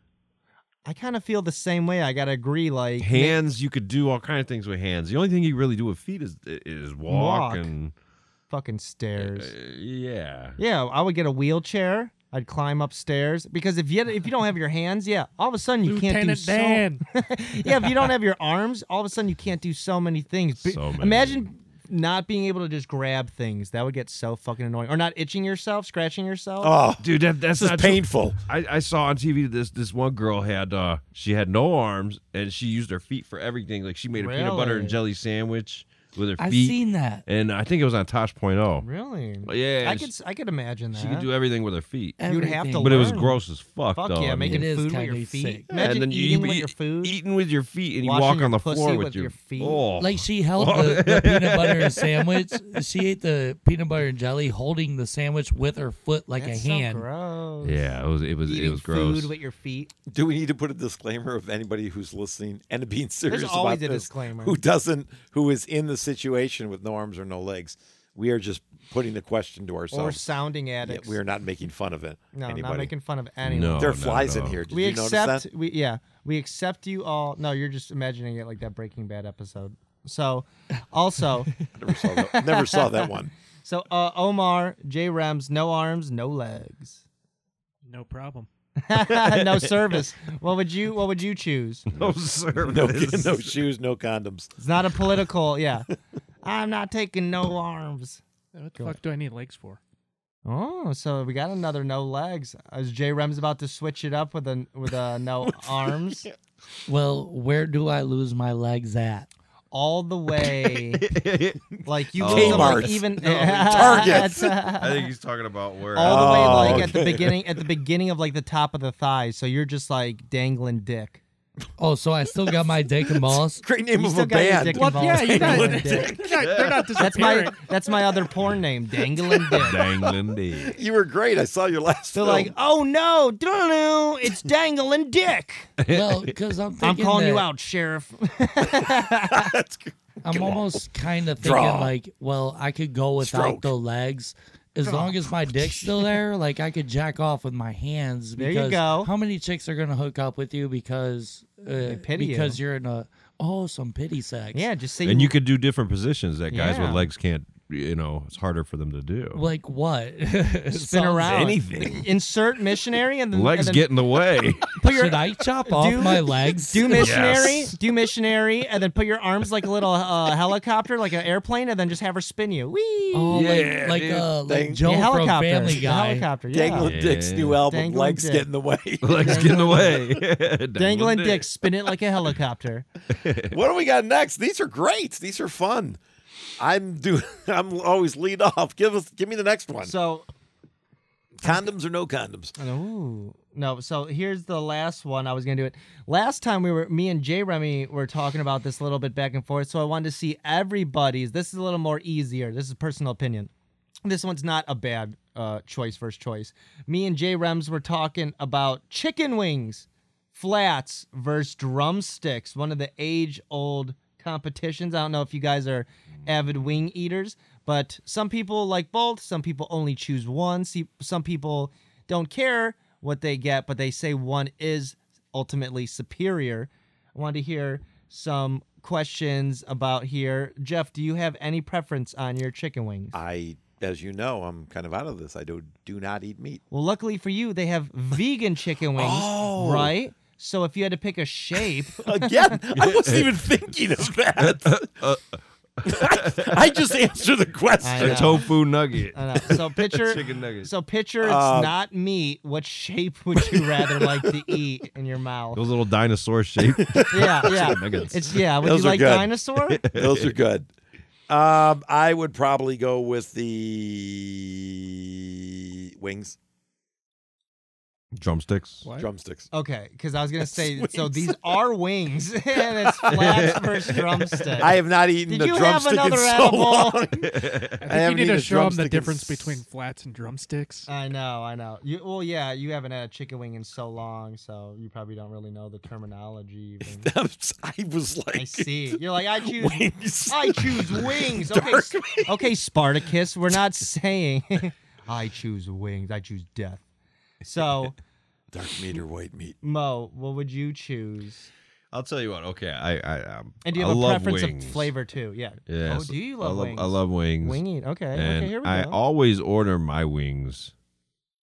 C: I kind of feel the same way. I gotta agree. Like
B: Hands, you could do all kind of things with hands. The only thing you really do with feet is is walk,
C: Walk.
B: and
C: fucking
B: uh,
C: stairs.
B: yeah.
C: Yeah, I would get a wheelchair. I'd climb upstairs because if you if you don't have your hands, yeah, all of a sudden you can't do
F: Lieutenant
C: so.
F: Dan.
C: yeah, if you don't have your arms, all of a sudden you can't do so many things. Be-
B: So many.
C: Imagine not being able to just grab things. That would get so fucking annoying. Or not itching yourself, scratching yourself.
A: Oh,
B: Dude, that, that's
A: this is
B: not true.
A: painful.
B: I, I saw on TV this this one girl had uh she had no arms and she used her feet for everything. Like she made a peanut butter
C: Really?
B: and jelly sandwich with her
E: I've
B: feet,
E: seen that.
B: and I think it was on Tosh Point oh.
C: really?
B: Yeah,
C: I
B: she-
C: could s- I could imagine that.
B: She could do everything with her feet,
C: You'd have to
E: Everything.
B: but it was
C: learn.
B: gross as fuck.
C: Fuck
B: though.
C: yeah,
B: I
C: making
B: mean,
E: It is
C: food with your
E: kinda
C: feet.
E: sick.
C: Imagine
B: and then you
C: eating with
B: eat-
C: your food.
B: eating with your feet, and you
C: Washing
B: walk
C: your
B: on the
C: pussy
B: floor
C: with
B: with your,
C: your feet.
B: Oh.
E: Like she held the, the peanut
A: (laughs)
E: butter and sandwich. She ate the peanut butter and jelly, holding the sandwich with her foot like
C: That's
E: a hand.
C: So gross.
B: yeah, it was it was
C: Eating
B: it was gross.
C: food with your feet.
A: Do we need to put a disclaimer of anybody who's listening and being serious
C: There's always
A: about
C: a
A: this,
C: disclaimer.
A: Who doesn't? Who is in the situation with no arms or no legs? We are just putting the question to
C: Or
A: ourselves.
C: sounding
A: Yeah,
C: addicts.
A: we are not making fun of it.
C: no,
A: anybody.
C: not making fun of anyone.
B: no,
A: there are
B: no,
A: flies
B: no.
A: in here. Did
C: we
A: you notice
C: accept
A: that?
C: we yeah we accept you all no you're just imagining it like that breaking bad episode so
A: (laughs)
C: also
A: Never saw that, never saw that
C: (laughs)
A: one.
C: so uh omar j rems no arms no legs (laughs)
F: No problem.
C: no service what would you what would you choose (laughs)
B: (laughs) No service.
A: No, no shoes, no condoms.
C: it's not a political yeah i'm not taking no arms
F: What the fuck do I need legs for?
C: oh so we got another no legs is j rems about to switch it up with a with a no arms
E: Well, where do I lose my legs at?
C: all the way like you
B: Oh.
C: lose them, like
A: Kmart.
C: even (laughs)
A: Target.
B: I think he's talking about where.
C: all the way
A: Oh,
C: like at the
A: okay.
C: beginning at the beginning of like the top of the thigh so you're just like dangling dick
E: Oh, so I still got my dick
A: (laughs)
E: and balls.
A: Great name
C: You
A: of
C: still
A: a
C: got your
A: band.
C: dick Well, involved. yeah, you got-
F: they're, not, they're not
C: that's my
F: disappearing.
C: that's my other porn name dangling dick
B: (laughs)
C: (laughs)
B: dangling dick.
A: You were great. I saw your last
C: they're
A: film.
C: like oh no doo-doo, it's dangling dick
E: Well, because I'm
C: i'm
E: thinking
C: calling you
E: that
C: out sheriff (laughs)
A: (laughs) That's good.
E: I'm almost kind of thinking
A: Draw.
E: like, well, I could go without
A: Stroke.
E: the legs. As long as my dick's still there, like I could jack off with my hands.
C: There
E: Because
C: you go.
E: How many chicks are gonna hook up with you because uh,
C: pity you.
E: because you. are in a oh some pity sex?
C: yeah just say
B: And you could do different positions that guys with
C: Yeah.
B: legs can't. You know, it's harder for them to do.
E: Like what? (laughs)
C: spin around
B: anything.
C: insert missionary and then
B: legs
C: and then
B: get in
C: (laughs)
B: the way. (laughs)
C: put your
E: Should I chop
C: (laughs)
E: off
C: Do-
E: my legs?
C: do missionary
B: Yes.
C: do missionary and then put your arms like a little uh, helicopter like an airplane and then just have her spin you Whee!
E: Oh,
B: Yeah,
E: like like,
B: dude.
E: uh, like
A: Thank-
E: Joe
C: Yeah,
E: from
C: helicopter
E: Family Guy.
C: helicopter yeah.
A: Dangling Dick's new album,
C: Dangling
A: Legs
C: Dick.
A: Get in the Way.
B: legs get in the way. (laughs) dangling,
C: dangling dick, spin it like a
B: (laughs)
C: helicopter.
A: what do we got next? These are great. These are fun. I'm do (laughs) I'm always lead off. Give us give me the next one.
C: So,
A: condoms or no condoms?
C: ooh, no. So here's the last one. I was gonna do it last time. We were me and Jay Remy were talking about this a little bit back and forth. So I wanted to see everybody's. This is a little more easier. This is personal opinion. This one's not a bad uh, choice versus choice. Me and Jay Rems were talking about chicken wings, flats versus drumsticks. One of the age old competitions. I don't know if you guys are avid wing eaters, But some people like both. Some people only choose one. See, some people don't care what they get, but they say one is ultimately superior. I wanted to hear some questions about here. Jeff, do you have any preference on your chicken wings?
A: I, as you know, I'm kind of out of this. I do do not eat meat.
C: Well, luckily for you, they have vegan chicken wings, right? So if you had to pick a shape,
A: Again, I wasn't even thinking of that. (laughs) I, I just answered the
C: I
A: question.
C: know.
B: A tofu nugget.
C: I don't know. so picture
B: Chicken nuggets.
C: So picture it's
A: Uh,
C: not meat. What shape would you rather like to eat in your mouth?
B: Those little dinosaur shaped
C: (laughs) yeah, yeah.
B: nuggets.
C: It's yeah. Would
A: Those
C: you
A: are
C: like
A: good. (laughs)
C: dinosaur?
A: Those are good. Um, I would probably go with the wings,
B: (laughs) Drumsticks. (laughs)
A: drumsticks.
C: Okay, because I was gonna say. So these are wings, (laughs) and
A: (laughs)
C: it's flaps versus drumstick.
A: I have not eaten
C: Did
A: a
C: you have
A: drumstick in
C: another
A: so
C: edible?
A: long. (laughs)
F: I
A: I
F: think
A: haven't
F: you need
A: eaten a
F: to show them
A: drumstick
F: the
A: in
F: difference
A: s-
F: between flats and drumsticks.
C: I know, I know. You well, yeah. You haven't had a chicken wing in so long, so you probably don't really know the terminology.
A: (laughs)
C: Even.
A: I was
C: I
A: like, (laughs)
C: see. You're like I choose.
A: wings.
C: I choose
B: (laughs)
C: wings. Okay, s- okay, Spartacus. We're not saying (laughs) I choose wings. I choose death.
B: (laughs)
C: So,
A: Dark meat or white meat?
C: Mo, what would you choose?
B: I'll tell you what. Okay, I I um,
C: And do you
B: I
C: have a
B: love
C: preference
B: wings.
C: of flavor too? Yeah.
B: Yes.
C: Oh, do you love
B: I love,
C: wings?
B: I love wings.
C: wingy. Okay.
B: and
C: okay. Here we
B: I
C: go.
B: always order my wings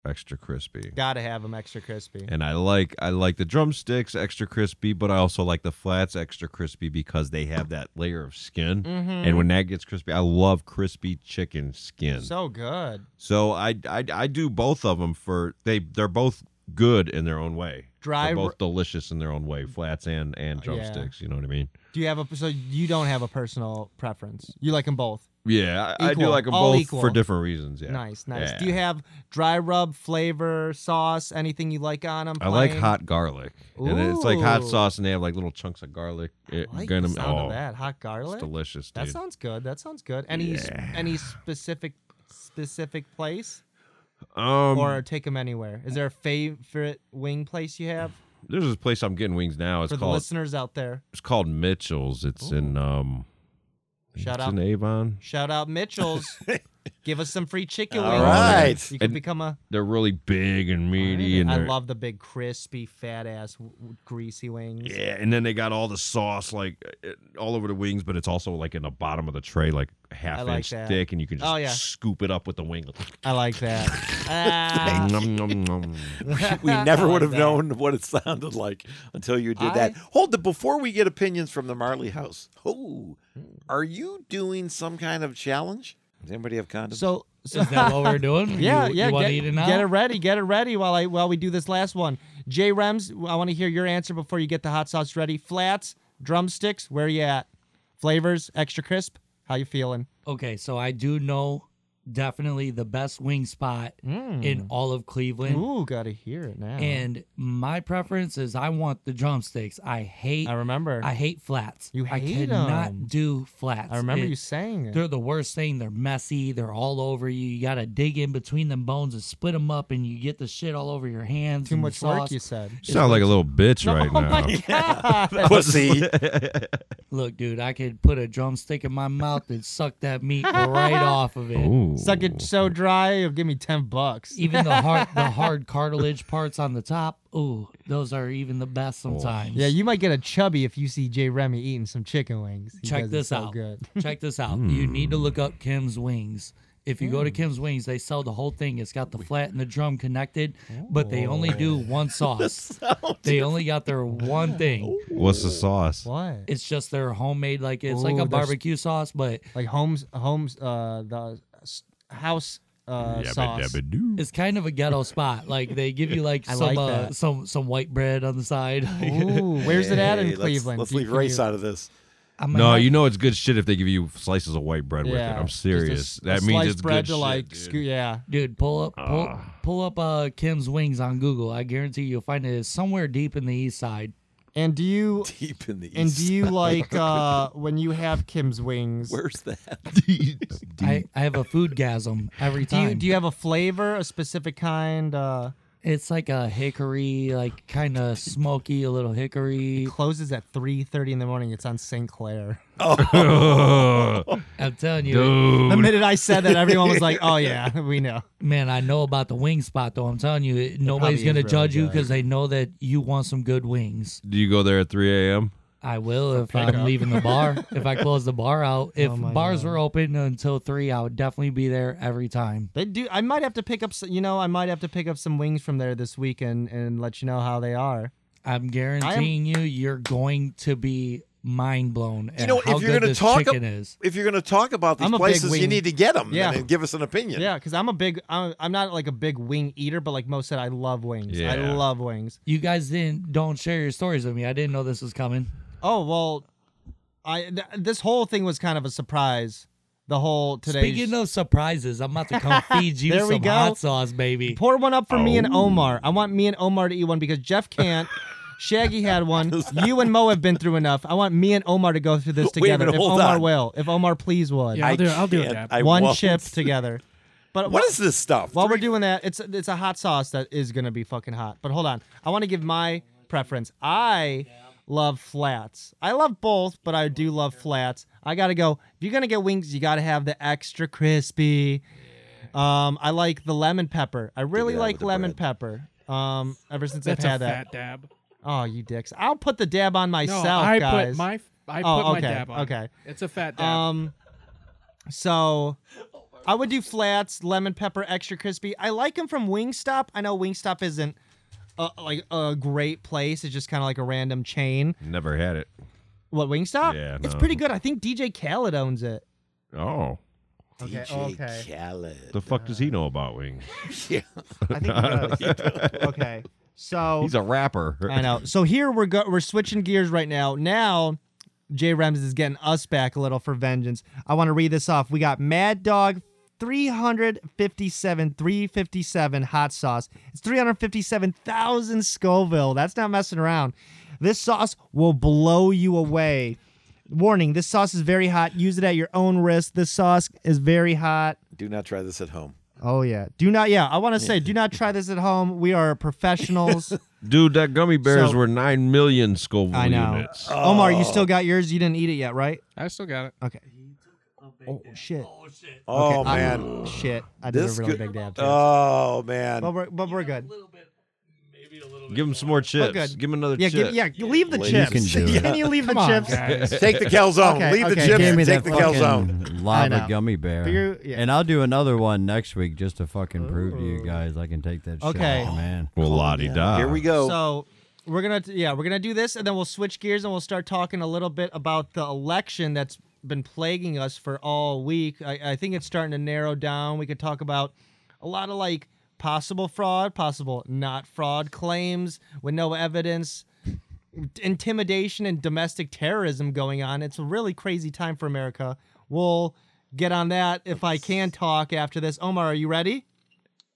B: extra crispy.
C: Gotta have them extra crispy.
B: And I like I like the drumsticks extra crispy, but I also like the flats extra crispy because they have that layer of skin.
C: Mm-hmm.
B: And when that gets crispy, I love crispy chicken skin. So,
C: So good.
B: I, I I do both of them for they they're both good in their own way.
C: Dry
B: They're
C: ru-
B: both delicious in their own way, flats and and
C: Yeah.
B: drumsticks. You know what I mean?
C: Do you have a so you don't have a personal preference? You like them both.
B: Yeah, I, I do
C: Equal.
B: like them
C: All
B: both
C: equal.
B: for different reasons. Yeah,
C: Nice, nice.
B: Yeah.
C: Do you have dry rub flavor, sauce, anything you like on them?
B: I like hot garlic, and it's like hot
C: Ooh.
B: sauce, and they have like little chunks of garlic. It-
C: like
B: gonna-
C: the sound
B: oh,
C: of that hot
B: It's
C: garlic.
B: delicious, dude.
C: That sounds good. That sounds good. Any s- any specific specific place
B: um,
C: or take them anywhere? Is there a favorite wing place you have
B: there's this place I'm getting wings now. It's
C: for the
B: called
C: listeners out there?
B: it's called Mitchell's. It's in um,
C: Shout
B: it's
C: out
B: in Avon.
C: shout
A: (laughs)
C: out Mitchell's. Give us some free chicken
A: All
C: wings.
A: right.
C: You can
B: And-
C: become a
B: They're really big and meaty, and
C: I
B: they're-
C: love the big crispy fat ass w- w- greasy wings.
B: yeah. And then they got all the sauce like uh, all over the wings, but it's also like in the bottom of the tray, like a half
C: I like
B: inch
C: that.
B: thick, and you can just
C: Oh, yeah.
B: scoop it up with the wing.
C: I
A: (laughs)
C: like that. (laughs) Ah. (laughs)
B: Nom, nom, nom.
A: We
C: I
A: never
C: like
A: would have
C: that.
A: known what it sounded like until you did that.
C: I-
A: Hold the before we get opinions from the Marley House. Oh,
C: Hmm.
A: are you doing some kind of challenge? Does anybody have condoms? (laughs)
C: So so
E: Is that what we're
C: (laughs)
E: doing?
C: Yeah,
E: you,
C: yeah.
E: You want
C: get,
E: to eat it now?
C: get it ready. Get it ready while I while we do this last one. J Rems, I want to hear your answer before you get the hot sauce ready. Flats, drumsticks, where you at? Flavors, extra crisp. How you feeling?
E: Okay, so I do know definitely the best wing spot in all of Cleveland.
C: Hmm. Ooh, gotta hear it now.
E: And my preference is I want the drumsticks. I hate
C: I remember.
E: I hate flats.
C: You
E: I
C: hate
E: could not
C: 'em.
E: do flats.
C: I remember
E: It-
C: you saying it.
E: They're the worst thing. They're messy. They're all over you. You got to dig in between them bones and split them up, and you get the shit all over your hands.
C: Too
E: and the
C: much work,
E: sauce.
C: you said.
B: You sound like a little bitch (laughs) right
C: oh
B: now.
C: my (laughs) god!
A: pussy.
E: Look, dude, I could put a drumstick in my mouth and suck that
C: (laughs)
E: meat right off of it.
B: Ooh.
C: Suck it so dry, you'll give me ten bucks.
E: Even the hard,
C: (laughs)
E: the hard cartilage parts on the top. Ooh, those are even the best
B: Oh.
E: sometimes.
C: Yeah, you might get a chubby if you see J Remy eating some chicken wings. He
E: check
C: does it
E: this
C: so
E: out.
C: Good.
E: Check this out. You
B: Hmm.
E: need to look up Kim's Wings. If you go
C: Hmm.
E: to Kim's Wings, they sell the whole thing. It's got the flat and the drum connected, but they
C: Oh.
E: only
C: (laughs)
E: do one sauce. they only got their one thing.
B: What's the sauce?
C: What?
E: It's just their homemade, like it's
C: Ooh,
E: like a
C: there's-
E: barbecue sauce, but
C: like homes homes uh the s- house uh sauce.
B: (laughs) Yabba-dabba-doo.
E: it's kind of a ghetto spot. Like they give you
C: (laughs)
E: like
C: I
E: some
C: like
E: uh,
C: that.
E: some some white bread on the side. (laughs)
C: Ooh, where's it at in
A: Hey, let's-
C: Cleveland?
A: Let's
C: Do you-
A: leave
C: can
A: race
C: you-
A: out of this.
E: I'm
B: No,
E: like,
B: you know it's good shit if they give you slices of white bread with it.
C: Yeah,
B: I'm
C: just a s-
B: serious.
C: a
B: that means
C: sliced
B: it's
C: bread
B: good
C: to
B: shit,
C: like
B: dude.
C: scoo- yeah.
E: dude, pull up pull,
B: Ah.
E: pull up uh, Kim's Wings on Google. I guarantee you'll find it It's somewhere deep in the east side.
C: And do you
A: Deep in the east.
C: and do you like uh when you have Kim's
A: (laughs)
C: wings?
A: Where's
C: (laughs)
A: that?
E: I, I have a food gasm every
C: do
E: time.
C: you do you have a flavor, a specific kind? Uh
E: It's like a hickory, like kind of smoky, a little hickory.
C: Closes at 3:30 in the morning. It's on St. Clair.
E: I'm telling you,
C: The minute I said that, everyone
A: (laughs)
C: was like, "Oh yeah, we know."
E: man, I know about the wing spot though. I'm telling you, it- nobody's
C: probably
E: gonna
C: is really
E: judge you
C: good.
E: because they know that you want some good wings.
B: Do you go there at 3 a.m.?
E: I will if I'm leaving
C: (laughs)
E: the bar. if I close the bar
C: Oh
E: out, if bars were open until three, I would definitely be there every time.
C: They do. I might have to pick up. s- You know, I might have to pick up some wings from there this weekend and let you know how they are.
E: I'm guaranteeing you, you're going to be mind blown.
A: You
E: at
A: know,
E: how
A: if you're
E: good
A: gonna
E: this
A: talk,
E: chicken is.
A: if you're gonna talk about these
C: I'm a big
A: places, you
C: wing-
A: need to get them
C: Yeah.
A: and give us an opinion.
C: Yeah, because I'm a big. I'm, I'm not like a big wing eater, but like most said, I love wings. I
B: Yeah.
C: love wings.
E: You guys didn't don't share your stories with me. I didn't know this was coming.
C: Oh well, I th- this whole thing was kind of a surprise. The whole today's.
E: Speaking of surprises, I'm about
A: (laughs)
E: to come feed you
C: There we
E: some
C: go.
E: hot sauce, baby.
C: Pour one up for me and
A: Oh.
C: Omar. I want me and Omar to eat one because
A: (laughs)
C: Jeff can't. Shaggy had one. You and Mo have been through enough. I want me and Omar to go through this
A: (laughs) Wait a
C: together.
A: minute,
C: if
A: hold
C: Omar
A: on.
C: will, if Omar please would,
F: Yeah, I'll do it. I'll do it.
A: can't-
F: Dab.
A: I
C: one
A: won't.
C: chip together. But
A: What is this stuff?
C: while we're doing that, it's it's a hot sauce that is gonna be fucking hot. But hold on, I want to give my preference. I love flats. I love both, but I do love flats. I gotta go. If you're gonna get wings, you gotta have the extra crispy. Um, I like the lemon pepper. I really
A: out with
C: like
A: the
C: lemon pepper. Um, ever since
F: That's
C: I've
F: a
C: had that.
F: fat dab.
C: Oh, you dicks! I'll put the dab on myself,
F: no, I
C: guys.
F: put my I
C: Oh,
F: put my
C: okay,
F: dab on.
C: okay.
F: It's a fat dab.
C: Um, so I would do flats, lemon pepper, extra crispy. I like them from Wingstop. I know Wingstop isn't uh like a great place. It's just kind of like a random chain.
B: Never had it.
C: What Wingstop?
B: Yeah,
C: it's
B: no.
C: pretty good. I think DJ Khaled owns it.
B: Oh.
C: Okay, okay.
A: Khaled.
B: The fuck does he know about wings?
C: I think he
B: (laughs)
C: does. okay, so
B: He's a rapper.
C: I know. So here we're go- we're switching gears right now. Now, Jay Rems is getting us back a little for vengeance. I want to read this off. We got Mad Dog 357 357 hot sauce. It's 357,000 Scoville. That's not messing around. This sauce will blow you away. Warning, this sauce is very hot. Use it at your own risk. This sauce is very hot.
A: Do not try this at home.
C: Oh yeah. Do not yeah, I want to say do not try this at home. We are professionals.
B: Dude, that gummy bears
C: So-
B: were 9 million Scoville
C: I know.
B: units.
C: Omar, you
A: Oh.
C: still got yours? You didn't eat it yet, right?
F: I still got it.
C: Okay. Oh shit!
A: Oh
C: Okay, I-
A: man.
C: shit! I did
A: this
C: a really
A: could-
C: big dab. too.
A: Oh man.
C: but we're but we're good.
B: Give him some more chips.
C: good.
B: Give him another
C: Yeah,
B: chip.
C: give, yeah. Leave the
A: You
C: chips.
D: can
C: (laughs)
D: do
C: Can you leave the
F: Come on,
C: chips?
F: guys.
A: Take the calzone.
C: Okay,
A: Leave the
C: okay.
A: chips
D: Give
A: and
D: me
A: take
D: that
A: the calzone.
D: fucking
C: I know.
D: lava gummy bear.
C: For you- yeah.
D: And I'll do another one next week just to fucking prove to you guys I can take that
C: Okay.
D: shit
C: (laughs)
D: off, man.
B: Well, la di da.
A: Here we go.
C: uh, So we're gonna yeah we're gonna do this and then we'll switch gears and we'll start talking a little bit about the election that's been plaguing us for all week. I, I think it's starting to narrow down. We could talk about a lot of like possible fraud, possible not fraud claims with no evidence. intimidation and domestic terrorism going on. It's a really crazy time for America. We'll get on that if I can talk after this. Omar, are you ready?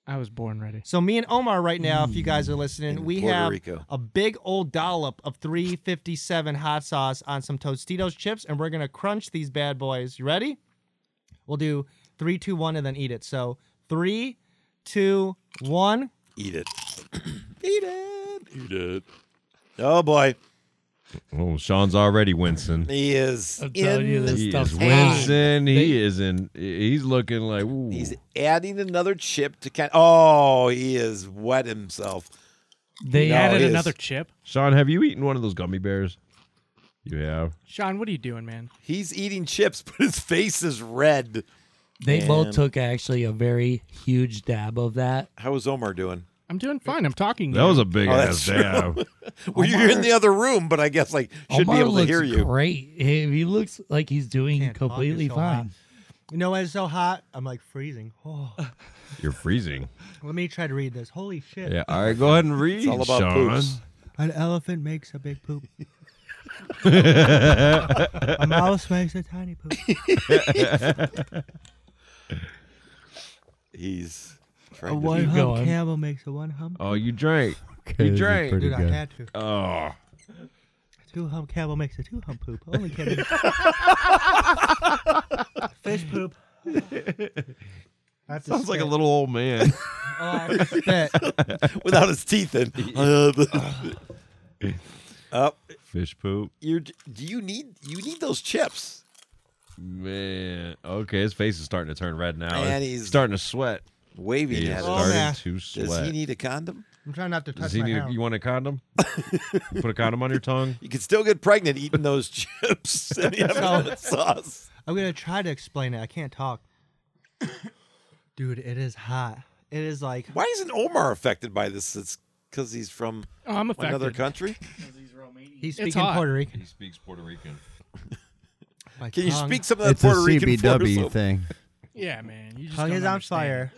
F: I was
C: (laughs)
F: born ready.
C: So me and Omar right now, if you guys are listening, we
A: Hmm. Puerto
C: have
A: Rico.
C: a big old dollop of 357 hot sauce on some Tostitos chips, and we're gonna crunch these bad boys. You ready? We'll do three, two, one, and then eat it. So three, two, one.
A: Eat it. Eat it. Eat it. Oh boy.
B: Oh, Sean's already wincing.
A: He is
E: I'm telling you,
A: in-
E: this
B: He
E: stuff's
B: is
E: hot.
B: wincing. He is in. He's looking like. Ooh.
A: He's adding another chip to kind. Oh, he is wet himself.
E: They
A: No,
F: Added
A: it is.
F: another chip.
B: Sean, have you eaten one of those gummy bears? You have.
F: Sean, what are you doing, man?
A: He's eating chips, (laughs) but his face is red.
E: They
A: Man.
E: both took actually a very huge dab of that.
A: How is Omar doing?
F: I'm doing fine. I'm talking. to
B: That
F: you.
B: was a big
A: Oh, that's
B: ass
A: true.
B: dab.
A: Well, you're in the other room, but I guess like should
E: Omar
A: be able to
E: looks
A: hear you.
E: great. He, he looks like he's doing
C: Can't talk,
E: completely
C: you're so hot.
E: fine.
C: You know it's so hot? I'm like
D: (laughs)
C: freezing. (sighs) Oh,
B: You're freezing.
C: let me try to read this. Holy shit!
B: Yeah. All right. Go ahead and read,
A: It's all about
B: Sean.
A: poops.
C: An elephant makes a big
D: (laughs)
C: poop. a mouse makes a tiny
D: (laughs)
C: poop.
A: He's
C: A
A: trying to.
E: keep
C: one hump
E: going.
C: camel makes a one hump.
B: Oh, you drank.
D: Okay, this is
B: drank.
D: pretty
C: Dude, I
D: good.
C: had to.
B: Oh.
C: Two hump camel makes a two hump poop. Only camel. Fish poop.
F: I have to
B: Sounds like a
F: spit.
B: little old (laughs) man.
C: Oh, I have to spit.
A: without his teeth
B: (laughs)
A: in. (laughs) uh,
B: Fish poop.
A: you're, do you need you need those chips?
B: Man. Okay, his face is starting to turn red now.
A: Man,
B: he's,
A: he's-
B: starting to sweat.
A: Waving
B: He is
A: at
C: Oh,
A: us.
B: starting
C: man.
B: to
A: Does he
B: sweat.
A: need a condom?
F: I'm trying not to
B: Does
F: touch
B: he
F: my
B: need? A,
F: hound.
B: you want a condom?
A: (laughs)
B: Put a condom on your tongue.
A: You could still get pregnant
B: (laughs)
A: eating those chips and you have that sauce.
C: I'm gonna try to explain it. I can't talk. Dude, it is hot. It is like
A: Why isn't Omar affected by this? It's because he's from
F: Oh, I'm affected.
A: another country.
C: he's speaking
F: hot.
C: Puerto Rican.
B: He speaks Puerto Rican.
C: My
A: Can you
C: tongue-
A: speak some of that
D: It's a
A: Puerto Rican
D: CBW
A: Florida? (laughs)
D: thing. (laughs)
F: Yeah, man. You just
C: Tongue
F: don't
C: is on
F: understand.
C: fire.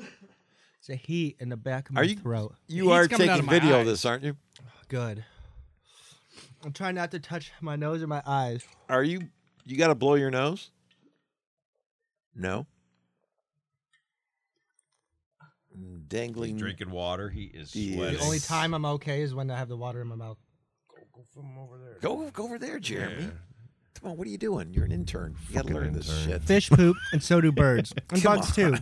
C: It's a heat in the back of my
A: Are you
C: throat.
A: you
F: Heat's
A: are
F: coming out
A: taking
F: of my
A: video of
F: eyes.
A: this, aren't you?
C: Good. I'm trying not to touch my nose or my eyes.
A: Are you you got to blow your nose? No. Dangling.
B: He's drinking water. He is
A: He
B: sweating.
C: The only
A: Yes.
C: time I'm okay is when I have the water in my mouth.
A: Go go over there, Jeremy. Come on, what are you doing? You're an intern. You got to
B: Fucking
A: learn this
B: intern.
A: shit.
C: Fish poop, and so do birds. And
A: Come
C: bugs too.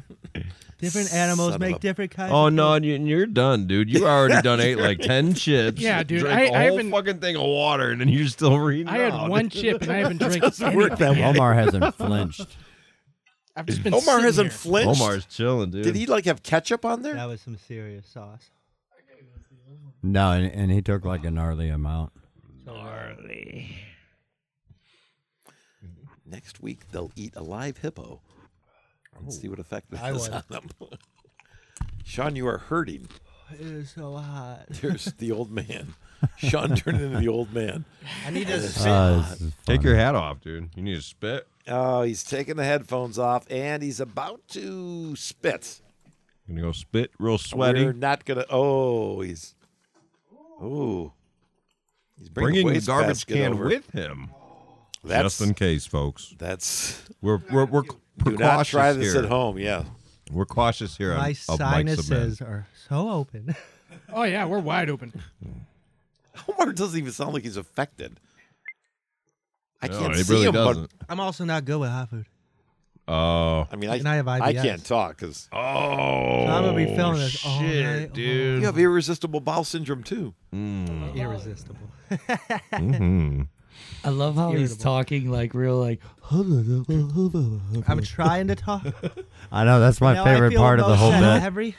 C: Different animals
A: Son of
C: make
A: a-
C: different kinds.
B: Oh
C: of
B: no, and you- and you're done, dude. You already done
A: (laughs)
B: ate like ten chips.
F: Yeah, dude,
B: Drank
F: I-
B: a
F: I
B: whole
F: haven't-
B: fucking thing of water, and then you're still reading.
F: I had
B: out.
F: one chip and I
A: (laughs)
F: haven't drank anything.
C: (laughs)
D: Omar hasn't flinched.
F: I've just been
A: Omar
F: sitting
A: hasn't
F: here.
A: flinched.
B: (laughs) Omar's chilling, dude.
A: Did he like have ketchup on there?
C: That was some serious sauce.
D: No, and, and he took like a gnarly amount.
A: Next week they'll eat a live hippo. Let's see what effect that
C: Oh. I
A: has
C: would.
A: on them. (laughs) Sean, you are hurting.
C: It is so hot.
A: (laughs) There's the old man. Sean turned into the old man.
C: I need to spit.
D: Uh, this is
B: Take
D: fun.
B: your hat off, dude. You need to spit.
A: Oh, he's taking the headphones off and he's about to spit.
B: You're gonna go spit real sweaty.
A: We're not gonna. Oh, he's. Oh. He's bringing,
B: Bringing the
A: waste
B: garbage
A: basket
B: can
A: over.
B: with him,
A: That's
B: just in case, folks.
A: that's.
B: We're we're, we're
A: Do not
B: precautious
A: try this
B: here.
A: at home. Yeah. (laughs)
B: We're cautious here. on-
C: My
B: of Mike's
C: sinuses are so open. (laughs)
F: Oh yeah, we're wide open.
A: Omar doesn't even sound like he's affected. I
B: No,
A: can't
B: he
A: see
B: really
A: him,
B: doesn't.
C: I'm also not good with hot food.
B: Oh, oh,
A: but I mean, I,
C: And I have IBS.
A: can't talk because
B: Mm-hmm. I'm
C: gonna be filming this all
B: shit,
C: night long.
B: dude.
A: you have irresistible bowel syndrome too.
C: Irresistible.
B: Mhm.
E: I love how he's
C: Irritable.
E: talking like real like. (laughs)
C: I'm trying to talk.
D: I know that's my
C: Now I
D: favorite
C: feel
D: part of the whole
C: emotion
D: bit.
C: Every,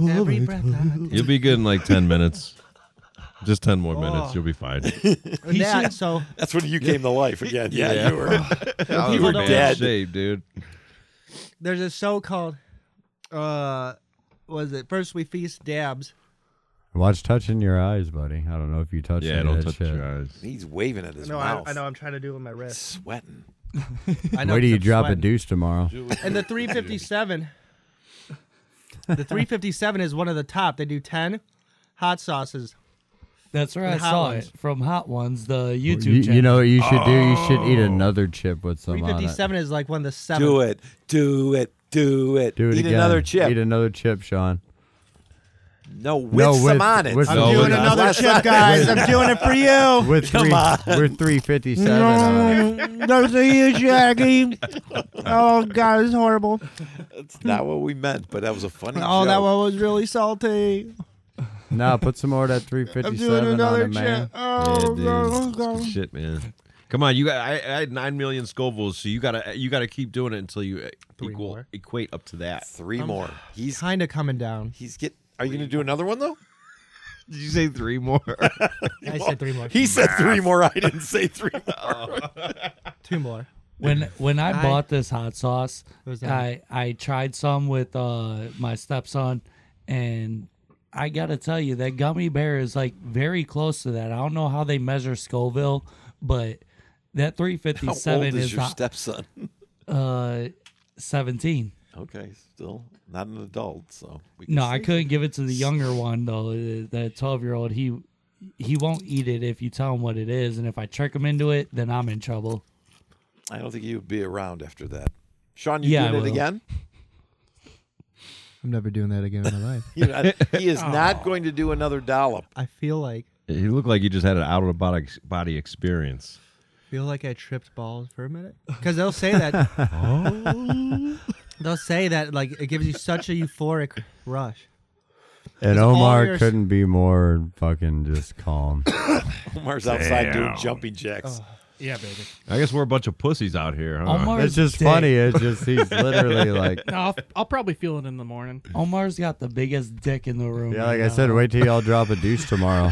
C: every breath. I
B: You'll be good in like ten minutes. Just ten more
C: Oh.
B: minutes, you'll be fine.
C: take. That, so
A: That's when you came to life again. Yeah, you were. oh,
B: you
C: were
A: dead.
B: shape, dude.
C: there's a show called uh was it first we feast dabs
D: Watch touching your eyes, buddy. I don't know if you touch.
B: Yeah,
D: any
B: don't
D: of that
B: touch
D: shit.
B: your eyes.
A: he's waving at his
C: no I,
A: mouth.
C: I know i'm trying to do it with my wrist
A: Sweating.
C: I know
D: Where do
C: 'cause
D: you
C: I'm
D: drop a
C: sweating.
D: deuce tomorrow?
C: and the 357 the 357 is one of the top they do 10 hot sauces
E: That's where I
C: Hot
E: saw
C: Ones.
E: it from Hot Ones, the YouTube
D: You,
E: channel.
D: you know what you should do? You should eat
B: Oh.
D: another chip with some on it.
C: 357 is like one of the seven
A: Do it. Do it. Do it.
D: Do it
A: Eat
D: again.
A: another chip.
D: Eat another chip, Sean.
A: no, with
D: No,
A: some
D: with-
A: on it.
D: with-
C: i'm
B: No,
C: doing
B: we're not.
C: another
A: Last
C: chip
A: time-
C: guys i'm doing it for you
D: With three, we're three fifty seven on it.
C: there's a huge Jackie. oh god it's horrible
A: That's
E: Hmm.
A: not what we meant, but that was a funny.
C: oh that
A: joke.
C: one was really salty
D: No, put some more of that three
C: i'm
D: fifty
C: doing
D: seven on
C: another
D: it, man.
C: chip oh
B: Yeah,
C: God,
B: dude.
C: oh,
B: It's good
C: God.
B: Shit, man. Come on, you got. I, I had nine million Scovilles, so you gotta you gotta keep doing it until you uh, equal
C: more.
B: equate up to that.
A: Three
E: (sighs)
A: more. He's
C: kind of coming down
A: he's get. Are you going to do another one
E: (laughs)
A: though?
B: Did you say three more?
C: I said three more.
A: He said three more. I didn't say
E: (laughs)
A: three more.
C: Two more.
E: when when I,
C: I-
E: bought this hot sauce,
C: was that?
E: I I tried some with uh, my stepson, and I gotta tell you that gummy bear is like very close to that. I don't know how they measure Scoville, but that three fifty
A: How
E: seven
A: old is,
E: is
A: your
E: not-
A: stepson?
E: uh seventeen.
A: Okay, still not an adult, so we can
E: No, I
A: see.
E: couldn't give it to the younger one though. The- The twelve year old he he won't eat it if you tell him what it is, and if I trick him into it, then I'm in trouble.
A: I don't think you would be around after that. Sean, you
E: Yeah, I
A: doing it
E: will. (laughs)
A: again?
C: I'm never doing that again in my life.
A: You're not- he is not going to do another dollop. (laughs)
C: I feel like
B: he looked like he just had an out of body body experience.
C: feel like I tripped balls for a minute? Because they'll say
A: (laughs)
C: that. They'll say that like it gives you such a euphoric rush.
D: And
C: all
D: Omar
C: yours.
D: couldn't be more fucking
C: (laughs)
D: just calm.
A: Omar's outside doing jumping jacks.
E: Oh,
F: Yeah, baby.
B: I guess we're a bunch of pussies out here. Huh?
E: Omar's
D: it's just
E: dick-
D: funny. It's just he's literally like,
F: No, I'll, I'll probably feel it in the morning.
E: Omar's got the biggest dick in the room.
D: yeah,
E: right
D: like I
E: now.
D: said, wait till y'all drop a deuce tomorrow.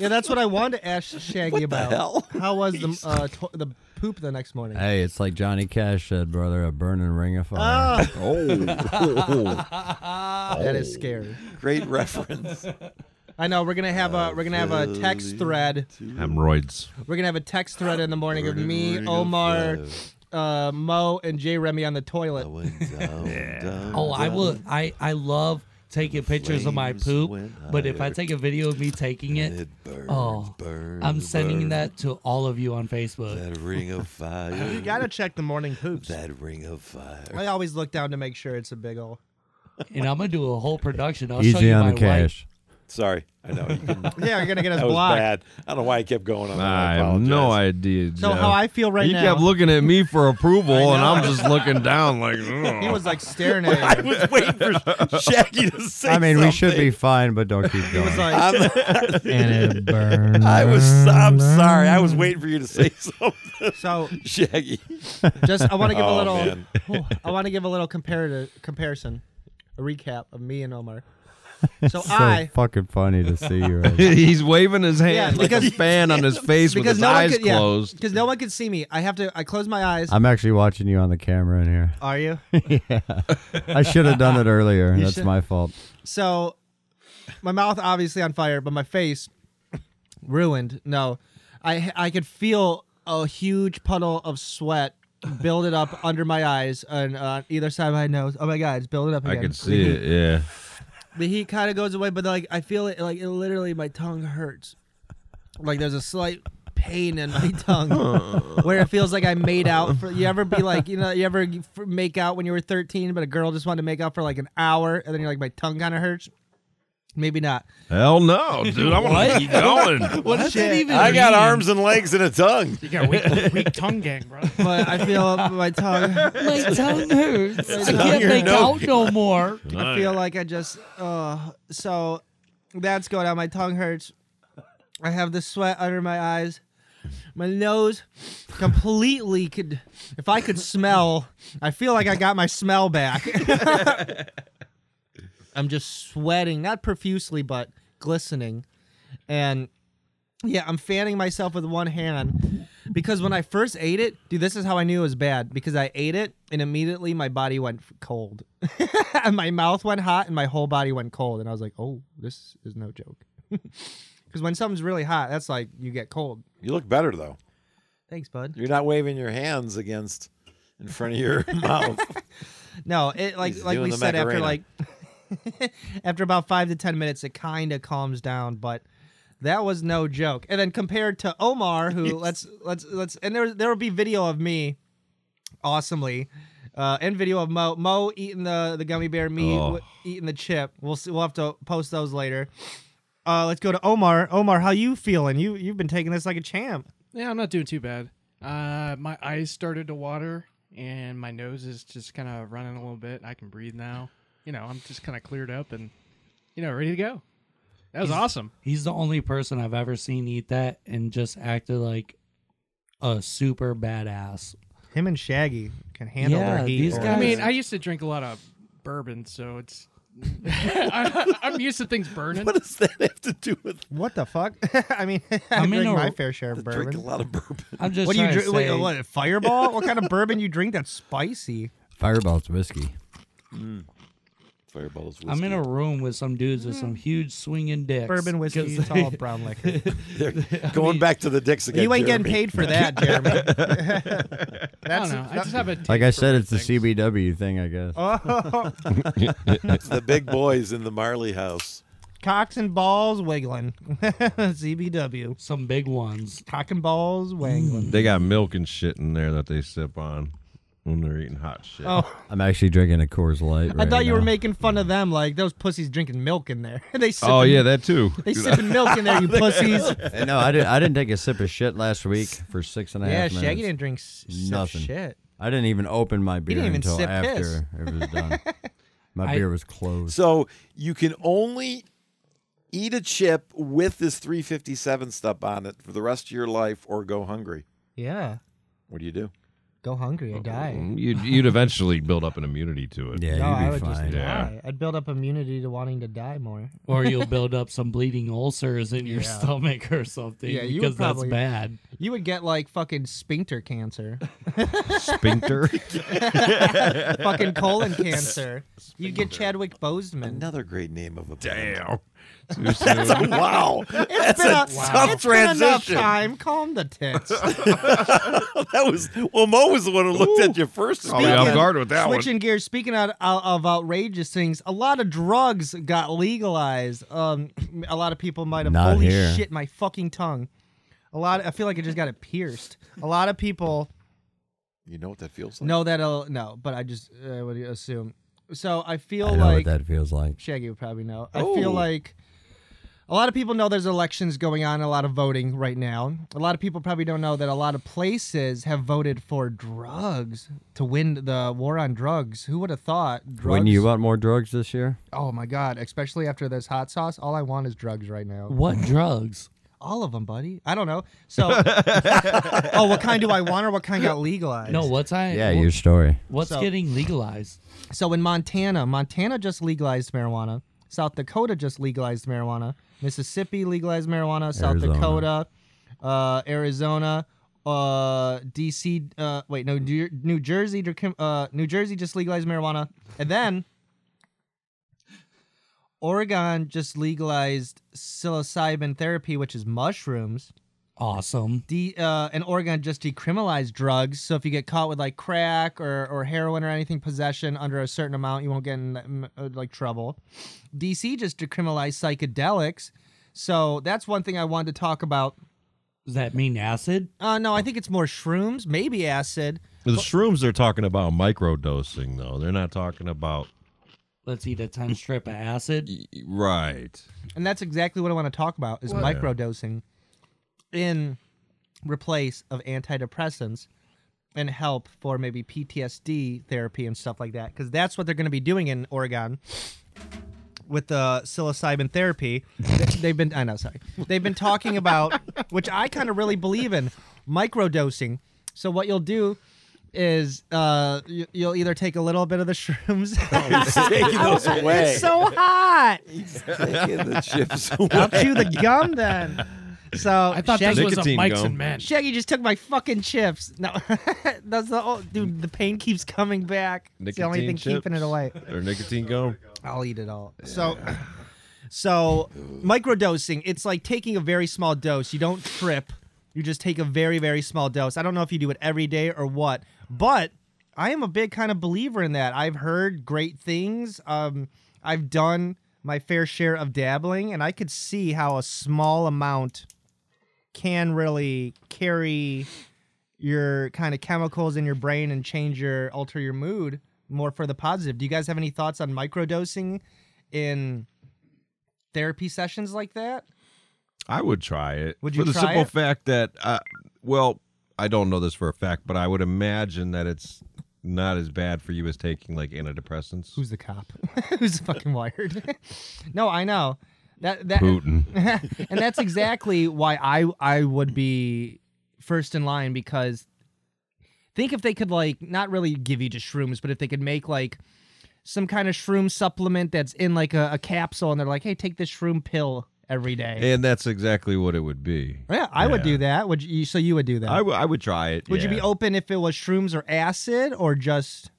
C: Yeah, that's what I wanted to ask Shaggy about.
A: hell?
C: How was the uh, tw- the poop the next morning?
D: (laughs) hey, it's like Johnny Cash said, brother, a burning ring of fire.
C: Ah.
A: Oh,
C: That is scary.
A: great
E: (laughs)
A: reference.
C: I know we're gonna have a we're gonna have a text thread.
B: Hemorrhoids.
C: We're gonna have a text thread in the morning of me, Omar, uh, Mo, and Jay Remy on the toilet.
E: Oh, I will. I I love taking pictures of my
A: flames
E: poop,
A: went
E: but if I
A: higher.
E: take a video of me taking it,
A: burns,
E: oh, I'm sending that to all of you on Facebook.
A: That ring
E: (laughs)
A: of fire.
C: You gotta check the morning poops.
A: that ring of fire.
C: I always look down to make sure it's a big ol'.
E: And I'm gonna do a whole production. I'll show
D: Easy
E: you my
D: on the
E: wife.
D: cash.
A: Sorry, I know you couldn't-
C: Yeah, you're gonna get us (laughs)
A: that was
C: blocked.
A: bad. I don't know why I kept going on. that.
B: I have
A: apologize.
B: no idea.
C: So
B: Jeff.
C: how I feel right
B: you
C: now.
B: kept looking at me for approval,
C: I
B: and
C: know. (laughs)
B: I'm just looking down like. oh. "Ugh."
C: He was like staring at you.
A: was waiting
F: (laughs)
A: for (laughs) Shaggy to say.
D: I mean, we should
A: something.
D: be fine, but don't keep going.
C: He was like,
A: I'm,
D: and it burns.
A: I was. I'm sorry. I was waiting for you to say something,
C: (laughs)
A: (laughs)
C: so
A: Shaggy.
C: just I want to give a
A: Oh,
C: little. (laughs)
A: man.
C: Oh, I want to give a little comparative comparison, a recap of me and Omar. So,
D: (laughs) so
C: I.
D: fucking funny to see you. Right
C: (laughs)
D: now.
B: (laughs) He's waving his hand
C: Yeah,
B: like a
C: because-
B: fan on his face with
C: Because
B: his
C: no, one
B: eyes
C: could,
B: closed.
C: because no one could see me. I have to. I close my eyes.
D: I'm actually watching you on the camera in here.
C: Are you?
D: I should have done it earlier. That's
C: should-
D: my fault.
C: So, my mouth obviously on fire, but my face ruined. No, I I could feel a huge puddle of sweat build it up under my eyes and on either side of my nose. Oh my god, it's building up
B: I
C: again.
B: could see it. Yeah.
C: The heat kind of goes away, but like I feel it, like it literally my tongue hurts. Like there's a slight pain in my (laughs) tongue where it feels like I made out. For, you ever be like, you know, you ever f- make out when you were 13, but a girl just wanted to make out for like an hour, and then you're like, my tongue kind of hurts. Maybe not.
B: Hell no, dude. I want to
C: (laughs)
B: keep going.
E: What does that even
A: I got
E: mean?
A: arms and legs and a tongue.
F: You got weak, weak tongue gang, bro.
C: but I feel my tongue.
E: My tongue hurts. I can't
A: your
E: make
A: nose.
E: out no more.
C: I feel like I just. Uh, so that's going on. My tongue hurts. I have the sweat under my eyes. My nose completely could. If I could smell, I feel like I got my smell back. (laughs) I'm just sweating, not profusely, but glistening. And yeah, I'm fanning myself with one hand because when I first ate it, dude, this is how I knew it was bad because I ate it and immediately my body went f- cold. (laughs) and my mouth went hot and my whole body went cold. And I was like, oh, this is no joke. (laughs) Because when something's really hot, that's like you get cold.
A: You look better though.
C: Thanks, bud.
A: You're not waving your hands against in front of your (laughs) mouth.
C: No, it like
A: He's
C: like
A: doing
C: we
A: the
C: said after
A: Macarena.
C: like (laughs) after about five to ten minutes, it kind of calms down, but that was no joke. And then compared to Omar,
A: (laughs)
C: who let's let's let's and there there will be video of me, awesomely, uh, and video of Mo Mo eating the the gummy bear, me
B: Oh.
C: w- eating the chip. We'll see, we'll have to post those later. Uh, let's go to Omar. Omar, how you feeling? You you've been taking this like a champ.
F: Yeah, I'm not doing too bad. Uh, my eyes started to water, and my nose is just kind of running a little bit. I can breathe now. You know, I'm just kind of cleared up and, you know, ready to go. That was awesome.
E: He's the only person I've ever seen eat that and just acted like a super badass.
C: Him and Shaggy can handle
E: Yeah,
C: their heat.
E: these
C: boy.
E: guys-
F: I mean, I used to drink a lot of bourbon, so it's. (laughs) I, I'm used to things burning.
A: what does that have to do with
C: What the fuck? (laughs) I mean, I
E: I mean,
C: drink
E: no,
C: my fair share of bourbon.
A: drink a lot of bourbon?
E: I'm just
C: What do you
E: trying to
C: drink? Wait,
E: say-
C: what? a Fireball? what kind of bourbon you drink that's spicy?
D: Fireball's whiskey.
A: Fireballs.
E: I'm in a room with some dudes with some huge swinging dicks.
C: Bourbon whiskey,
E: 'cause- (laughs)
C: tall brown liquor.
A: They're going back to the dicks again.
C: you ain't
A: Jeremy.
C: getting paid for that, Jeremy.
F: I
C: that's
F: don't know. I just have a.
D: Like I said, it's the
F: sea.
D: CBW thing, I guess.
C: oh,
B: (laughs)
A: The big boys in the Marley house.
C: (laughs) cocks and balls wiggling. (laughs) CBW.
E: some big ones.
B: Mm.
C: Cock and balls wiggling.
B: They got milk and shit in there that they sip on. when they're eating hot shit.
C: Oh,
D: I'm actually drinking a Coors Light.
C: I
D: right
C: thought you were
D: now.
C: making fun of them, like those pussies drinking milk in there. (laughs) they sipping,
B: Oh, yeah, that too.
C: they sipping milk in there, you pussies.
D: Uh, (laughs) no, I didn't. I didn't take a sip of shit last week for six and a half
C: Yeah,
D: minutes.
C: Shaggy didn't drink s- sip
D: Nothing.
C: shit.
D: I didn't even open my beer
C: didn't even
D: until
C: sip
D: after
C: piss.
D: it was done.
C: (laughs)
D: My
E: I-
D: beer was closed.
A: So you can only eat a chip with this 357 stuff on it for the rest of your life or go hungry.
C: Yeah,
A: What do you do?
C: go hungry or die.
B: You'd, you'd eventually build up an immunity to
D: (laughs)
B: it.
D: Yeah,
C: no, I
D: you'd be
C: would
D: fine.
C: just (laughs)
B: Yeah.
C: die. I'd build up immunity to wanting to die more.
E: or you'll build up some bleeding ulcers in your stomach or something
C: Yeah, you would
E: because
C: probably-
E: that's bad.
C: You would get like fucking sphincter
D: (laughs)
C: cancer,
B: Sphincter.
C: fucking colon cancer. You'd get Chadwick Boseman.
A: Another great name of a band.
B: Damn. Too soon.
A: Wow.
C: (laughs) It's been, a,
A: tough
C: it's been enough
A: transition.
C: time. Calm
D: (laughs)
C: the tits.
A: (laughs) That was well. Mo was the one who looked at you first.
B: Caught me off
C: Speaking-
B: guard with that
C: Switching gears, speaking out, out of outrageous things, a lot of drugs got legalized. Um, a lot of people might have.
D: Not
C: holy
D: here.
C: shit, my fucking tongue. A lot. I feel like I just got it pierced. A lot of people
A: You know what that feels like?
C: know that. will No, but I just I would assume. So I feel
D: I know
C: like
D: what that feels like.
C: Shaggy would probably know. I feel
A: Oh.
C: like a lot of people know there's elections going on, a lot of voting right now. A lot of people probably don't know that a lot of places have voted for drugs to win the war on drugs. Who would have thought drugs?
D: Wouldn't you want more drugs this year?
C: oh my God, especially after this hot sauce. All I want is drugs right now.
E: What drugs?
C: All of them, buddy. I don't know. So, oh, what kind do I want or what kind got legalized?
E: No, what's I?
D: Yeah,
E: wh-
D: your story.
E: What's
C: So-
E: getting legalized?
C: So in Montana, Montana just legalized marijuana. South Dakota just legalized marijuana. Mississippi legalized marijuana. South
D: Arizona.
C: Dakota, uh, Arizona, uh, DC. Uh, wait, no, New New Jersey. Uh, New Jersey just legalized marijuana, and then Oregon just legalized psilocybin therapy, which is mushrooms.
E: Awesome.
C: D uh, and Oregon just decriminalized drugs. So if you get caught with like crack or, or heroin or anything possession under a certain amount, you won't get in mm, uh, like trouble. DC just decriminalized psychedelics. So that's one thing I wanted to talk about.
E: Does that mean acid?
C: Uh, no, I think it's more shrooms, maybe acid.
B: The shrooms they're talking about microdosing though. They're not talking about
E: Let's eat a ten strip of acid.
B: right.
C: and that's exactly what I want to talk about is microdosing in replace of antidepressants and help for maybe PTSD therapy and stuff like that cuz that's what they're going to be doing in Oregon with the psilocybin therapy They- they've been I know sorry they've been talking about (laughs) which I kind of really believe in microdosing so what you'll do is uh you, you'll either take a little bit of the shrooms (laughs)
A: Taking those away.
C: (laughs) it's so hot
A: Taking
C: (laughs)
A: the chips away.
C: I'll chew the gum then. So
F: I thought
C: Shaggy,
F: this was a
B: Nicotine
F: Mike's
B: gum.
F: and Men.
C: Shaggy just took my fucking chips. No, (laughs) that's the old, dude. The pain keeps coming back. it's the only thing
B: Nicotine
C: keeping it
B: chips
C: away.
B: Or nicotine gum.
C: I'll eat it all. So, so microdosing. It's like taking a very small dose. You don't trip. You just take a very very small dose. I don't know if you do it every day or what, but I am a big kind of believer in that. I've heard great things. Um, I've done my fair share of dabbling, and I could see how a small amount can really carry your kind of chemicals in your brain and change your alter your mood more for the positive. Do you guys have any thoughts on microdosing in therapy sessions like that?
B: I would try it.
C: Would you
B: for the
C: try
B: simple
C: it?
B: fact that uh, well, I don't know this for a fact, but I would imagine that it's not as bad for you as taking like antidepressants.
C: Who's the cop? (laughs) Who's fucking wired? (laughs) no, I know. That that
B: (laughs) Putin?
C: (laughs) and that's exactly why I I would be first in line because think if they could like not really give you just shrooms, but if they could make like some kind of shroom supplement that's in like a, a capsule and they're like, hey, take this shroom pill every day.
B: and that's exactly what it would be.
C: yeah, I would
B: Yeah.
C: do that. Would you? So you would do that?
B: I, w- I would try it.
C: would you be
B: yeah.
C: open if it was shrooms or acid or just?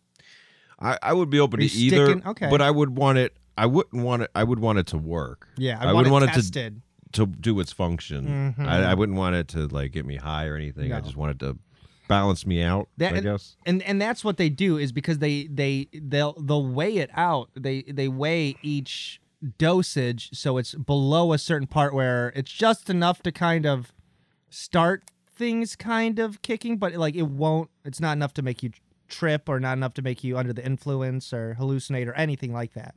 B: I, I would be open
C: Are
B: to
C: you
B: either.
C: sticking- okay.
B: But I would want it. I wouldn't want it. I would want it to work.
C: Yeah, I,
B: I
C: want
B: would
C: it
B: want it to-
C: tested.
B: to do its function. I, I wouldn't want it to like get me high or anything. I
C: Mm-hmm. No.
B: just wanted to balance me out.
C: That-
B: I guess.
C: and and that's what they do is because they they they'll they'll weigh it out they they weigh each dosage so it's below a certain part where it's just enough to kind of start things kind of kicking but like it won't it's not enough to make you trip or not enough to make you under the influence or hallucinate or anything like that.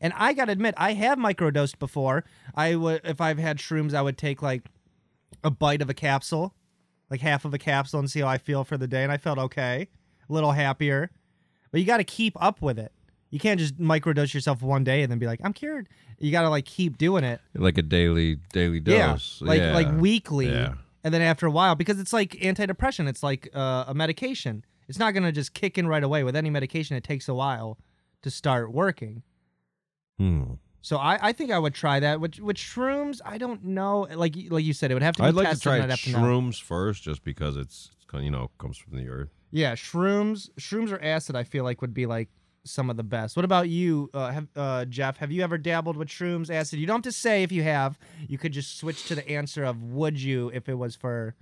C: And I gotta admit, I have microdosed before. I would, if I've had shrooms, I would take like a bite of a capsule, like half of a capsule, and see how I feel for the day. And I felt okay, a little happier. But you got to keep up with it. You can't just microdose yourself one day and then be like, "I'm cured." You got to like keep doing it.
B: like a daily daily dose.
C: Yeah, like like weekly,
B: Yeah.
C: and then after a while, because it's like antidepressant, it's like uh, a medication. It's not gonna just kick in right away. With any medication, it takes a while to start working.
B: Hmm.
C: So I, I think I would try that. Which with shrooms, I don't know. Like y- like you said, it would have to. Be
B: I'd like to
C: tested,
B: try
C: and I'd have to know.
B: shrooms first, just because it's it's kind- you know comes from the earth.
C: Yeah, shrooms, shrooms or acid. I feel like would be like some of the best. What about you, uh, have, uh, Jeff? Have you ever dabbled with shrooms, acid? You don't have to say if you have. You could just switch to the answer of would you if it was for.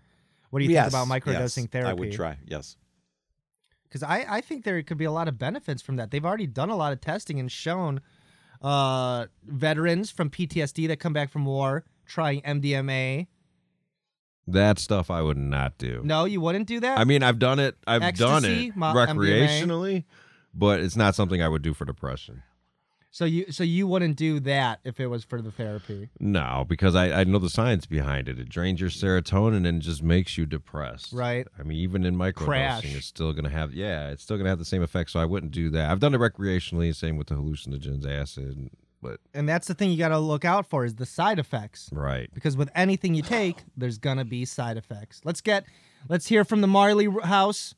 C: What do you
A: yes,
C: think about microdosing
A: yes,
C: therapy?
A: I would try. Yes.
C: because I, I think there could be a lot of benefits from that. They've already done a lot of testing and shown uh, veterans from PTSD that come back from war trying MDMA.
B: That stuff I would not do.
C: No, you wouldn't do that.
B: I mean, I've done it. I've done
C: Ecstasy,
B: it
C: mo-
B: recreationally, but it's not something I would do for depression.
C: so you so you wouldn't do that if it was for the therapy.
B: No, because I, I know the science behind it. It drains your serotonin and just makes you depressed.
C: Right.
B: I mean, even in microdosing,
C: Crash.
B: it's still gonna have yeah, it's still gonna have the same effect. So I wouldn't do that. I've done it recreationally. Same with the hallucinogens, acid. But
C: And that's the thing you got to look out for is the side effects.
B: right,
C: because with anything you take, there's gonna be side effects. Let's get, let's hear from the Marley House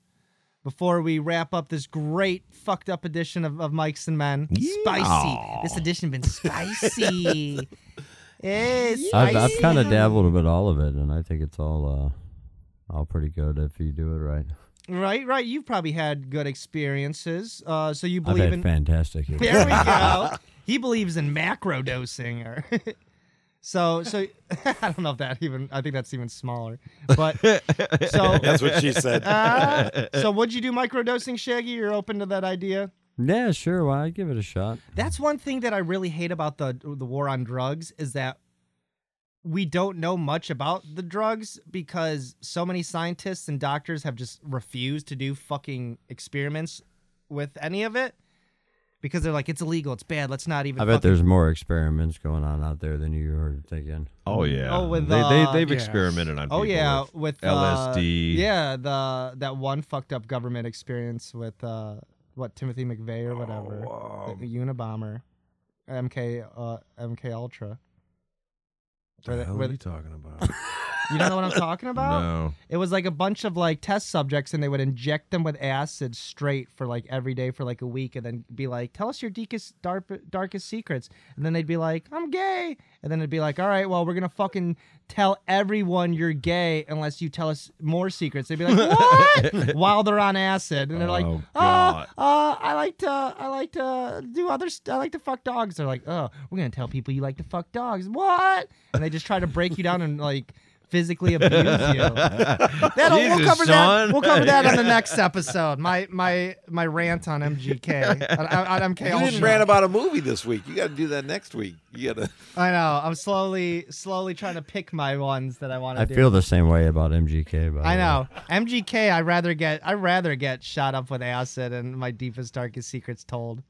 C: before we wrap up this great fucked up edition of, of Mike's and Men. Spicy. This edition been
D: (laughs)
C: spicy. Yes,
D: I've,
C: spicy.
D: I've kind of dabbled with all of it, and I think it's all uh, all pretty good if you do it right.
C: right, right. You've probably had good experiences, uh, so you
D: I've
C: believe
D: had
C: in.
D: fantastic.
C: There we
D: (laughs)
C: go. He believes in macro dosing. Or (laughs) so, so (laughs) I don't know if that even. I think that's even smaller.
D: (laughs)
C: But so
A: That's what she said.
C: (laughs) Uh, so would you do microdosing, Shaggy? You're open to that idea?
D: yeah, sure. Why? I'd give it a shot.
C: That's one thing that I really hate about the the war on drugs is that we don't know much about the drugs because so many scientists and doctors have just refused to do fucking experiments with any of it because they're like it's illegal, it's bad, let's not even
D: I bet
C: fucking-"
D: there's more experiments going on out there than you were thinking.
B: Oh yeah.
C: Oh, with,
B: they, they
C: uh,
B: they've
F: yeah.
B: experimented on.
C: Oh
B: people
C: yeah,
B: with-
C: with, uh,
B: LSD.
C: yeah, the that one fucked up government experience with uh, what Timothy McVeigh or whatever,
B: Oh,
C: the,
B: um,
C: the Unabomber, MK uh, MK Ultra. Where the-
B: hell
C: where
B: are you
C: the-
B: talking about?
C: you don't know what I'm talking about?
B: (laughs) no.
C: It was like a bunch of like test subjects, and they would inject them with acid straight for like every day for like a week, and then be like, "Tell us your deepest, dark, darkest secrets." And then they'd be like, "I'm gay," and then it'd be like, "All right, well, we're gonna fucking tell everyone you're gay unless you tell us more secrets." They'd be like,
B: (laughs)
C: "What?" While they're on acid, and they're like,
B: Oh,
C: "Oh,
B: God.
C: uh, I like to, I like to do other, st- I like to fuck dogs." They're like, "Oh, we're gonna tell people you like to fuck dogs." What? And they just try to break you down and like. Physically abuse you. That'll, we'll
B: Jesus,
C: cover
B: son.
C: that. We'll cover that
A: (laughs)
C: on the next episode. My my my rant
A: (laughs)
C: on MGK on, on- on MK
A: You
C: Ultra.
A: didn't rant about a movie this week. You got to do that next week. You got to.
C: I know. I'm slowly slowly trying to pick my ones that I want to
D: I
C: do.
D: feel the same way about MGK. By
C: I
D: the way.
C: know MGK. I rather get I rather get shot up with acid and my deepest darkest secrets told,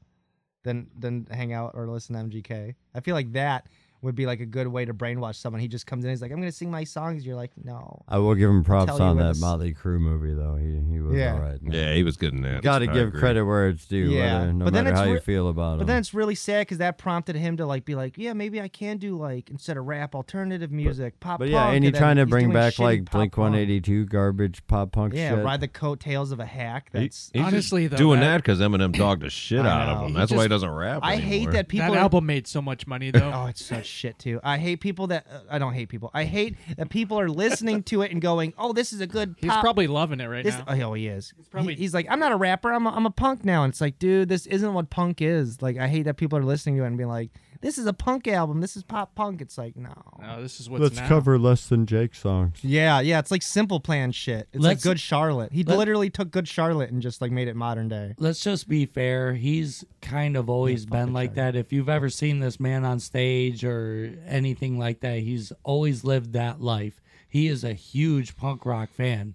C: than than hang out or listen to MGK. I feel like that would be like a good way to brainwash someone. He just comes in. He's like, I'm gonna sing my songs. You're like, no.
D: I will give him props
C: Tell you
D: on
C: where
D: that
C: this-
D: Motley Crue movie, though. He he was
C: Yeah.
D: all right.
B: Yeah, he was good in that.
D: Got to
B: I
D: give
B: agree.
D: credit where it's due,
C: Yeah,
D: whether, no
C: but then
D: matter
C: it's
D: how you
C: re-
D: feel about
C: But
D: him.
C: then it's really sad because that prompted him to like be like, yeah, maybe I can do like instead of rap, alternative music, pop.
D: But yeah,
C: punk,
D: and he
C: then
D: trying to
C: he's
D: bring
C: doing
D: back
C: shitty
D: like
C: pop
D: Blink
C: punk.
D: 182 garbage pop punk
C: Yeah,
D: shit.
C: ride the coattails of a hack.
B: He-
C: That's
B: he's just
F: Honestly, though,
B: doing that
F: that-
B: because Eminem dogged the shit
C: I
B: out
C: know.
B: of him.
F: He
B: That's why he
F: just-
B: doesn't rap.
C: I hate
B: anymore.
C: that people.
F: that
C: are-
F: album made so much money though.
C: (laughs) Oh, it's such shit too. I hate people that uh, I don't hate people. I hate that people are listening to it and going, "Oh, this is a good."
F: He's
A: Uh,
C: pop-
F: probably loving it right
C: This,
F: now.
C: oh, he is.
F: probably-
C: He- he's like, I'm not a rapper. I'm a, I'm a punk now. And it's like, dude, this isn't what punk is. Like, I hate that people are listening to it and being like, this is a punk album. This is pop punk. It's like, no.
F: No, this is what's
D: Let's
F: now.
D: cover less than Jake songs.
C: Yeah, yeah, it's like Simple Plan shit. It's
E: Let's-
C: like Good Charlotte. He
E: let-
C: literally took Good Charlotte and just like made it modern day.
E: let's just be fair. He's kind of always been like that. If you've ever seen this man on stage or anything like that, he's always lived that life. He is a huge punk rock fan.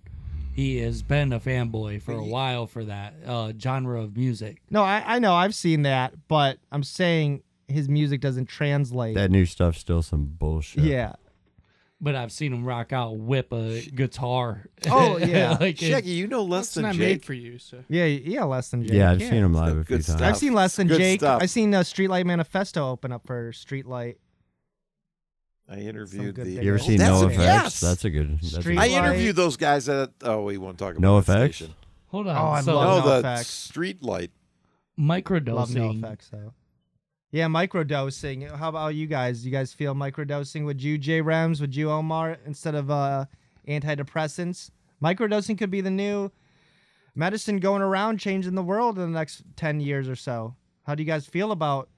E: he has been a fanboy for a while for that uh, genre of music.
C: No, I, I know I've seen that, but I'm saying his music doesn't translate.
D: That new stuff's still some bullshit.
C: yeah.
E: But I've seen him rock out, whip a guitar.
C: Oh, yeah.
E: like it-
A: (laughs) Shaggy, you know less
F: It's
A: than
F: not
A: Jake.
F: made for you, so
C: Yeah, yeah, less than Jake.
D: Yeah, I've
A: Yeah,
D: seen him
A: it's
D: live
A: got
D: a few
A: good
D: times.
A: stuff.
C: I've seen less than
A: Good
C: Jake.
A: stuff.
C: I've seen uh, Streetlight Manifesto open up for Streetlight.
A: I interviewed
C: good
A: the.
C: thing.
D: You ever
C: Oh,
D: seen
A: that's
D: No
A: a-
D: Effects?
A: Yes!
D: That's a good. That's a
C: Street
D: good
A: I
C: Like-
A: interviewed those guys at. Oh, we won't talk about
D: No
A: the
D: effects?
A: station.
E: (laughs) Hold on.
C: Oh, I
E: so uh,
C: love
A: no,
C: No
A: the
C: Effects.
A: street light.
C: Love no
E: microdosing.
C: effects though. Yeah, microdosing. How about you guys? You guys feel microdosing? Would you J Rams? Would you Omar instead of uh, antidepressants? Microdosing could be the new medicine going around, changing the world in the next ten years or so. How do you guys feel about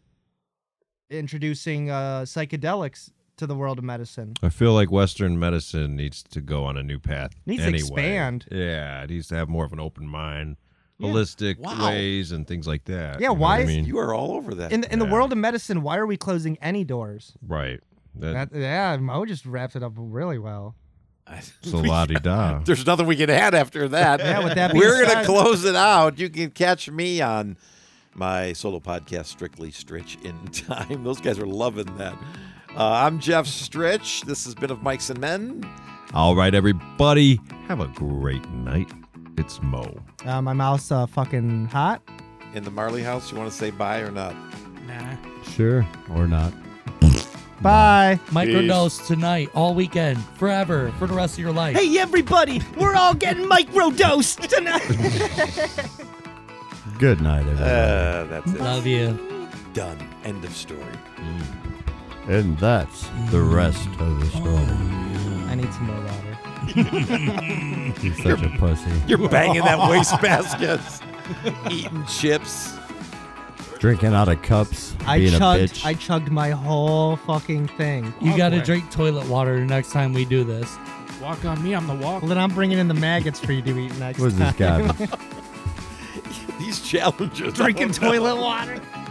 C: introducing uh, psychedelics to the world of medicine?
B: I feel like Western medicine needs to go on a new path.
C: Needs to
B: anyway.
C: expand.
B: Yeah, it needs to have more of an open mind,
C: Yeah.
B: holistic
A: Wow.
B: ways, and things like
C: Yeah,
B: that. You know
C: why
B: what I
C: is-
B: mean?
A: You are all over that.
C: In the, in the
B: Yeah.
C: world of medicine, why are we closing any doors?
B: right. That, (laughs)
C: That, yeah, Mo just wrapped it up really well.
B: that's a la di da.
A: (laughs) There's nothing we can add after that.
C: (laughs) Yeah, with that being
A: We're going
C: said-
A: to close it out. You can catch me on my solo podcast, Strictly Stritch in (laughs) Time. Those guys are loving that. Uh, I'm Jeff Stritch. This has been Of Mikes and Men.
B: All right, everybody. Have a great night. It's Mo.
C: Uh, my mouth's uh, fucking hot.
A: In the Marley House, you want to say bye or not?
F: nah.
D: stuff. Sure, or not.
C: Bye.
E: Microdose tonight, all weekend, forever, for the rest of your life.
C: Hey, everybody, we're all getting microdosed tonight.
D: Good night, everyone.
A: Uh, that's it.
E: Love you.
A: Done. End of story.
D: and that's the rest of the story.
C: I need some more water.
D: You're such a pussy.
A: You're (laughs) banging that wastebasket, eating chips.
D: Drinking out of cups,
C: I
D: being a
C: chugged.
D: bitch.
C: I chugged my whole fucking thing.
E: You got to
F: boy.
E: drink toilet water next time we do this.
F: Walk on me, I'm the walk.
C: Well, then I'm bringing in the maggots for you to eat next. (laughs)
D: What is this
C: time.
D: guy?
A: These challenges. Oh, I
C: Drinking
A: don't know.
C: toilet water.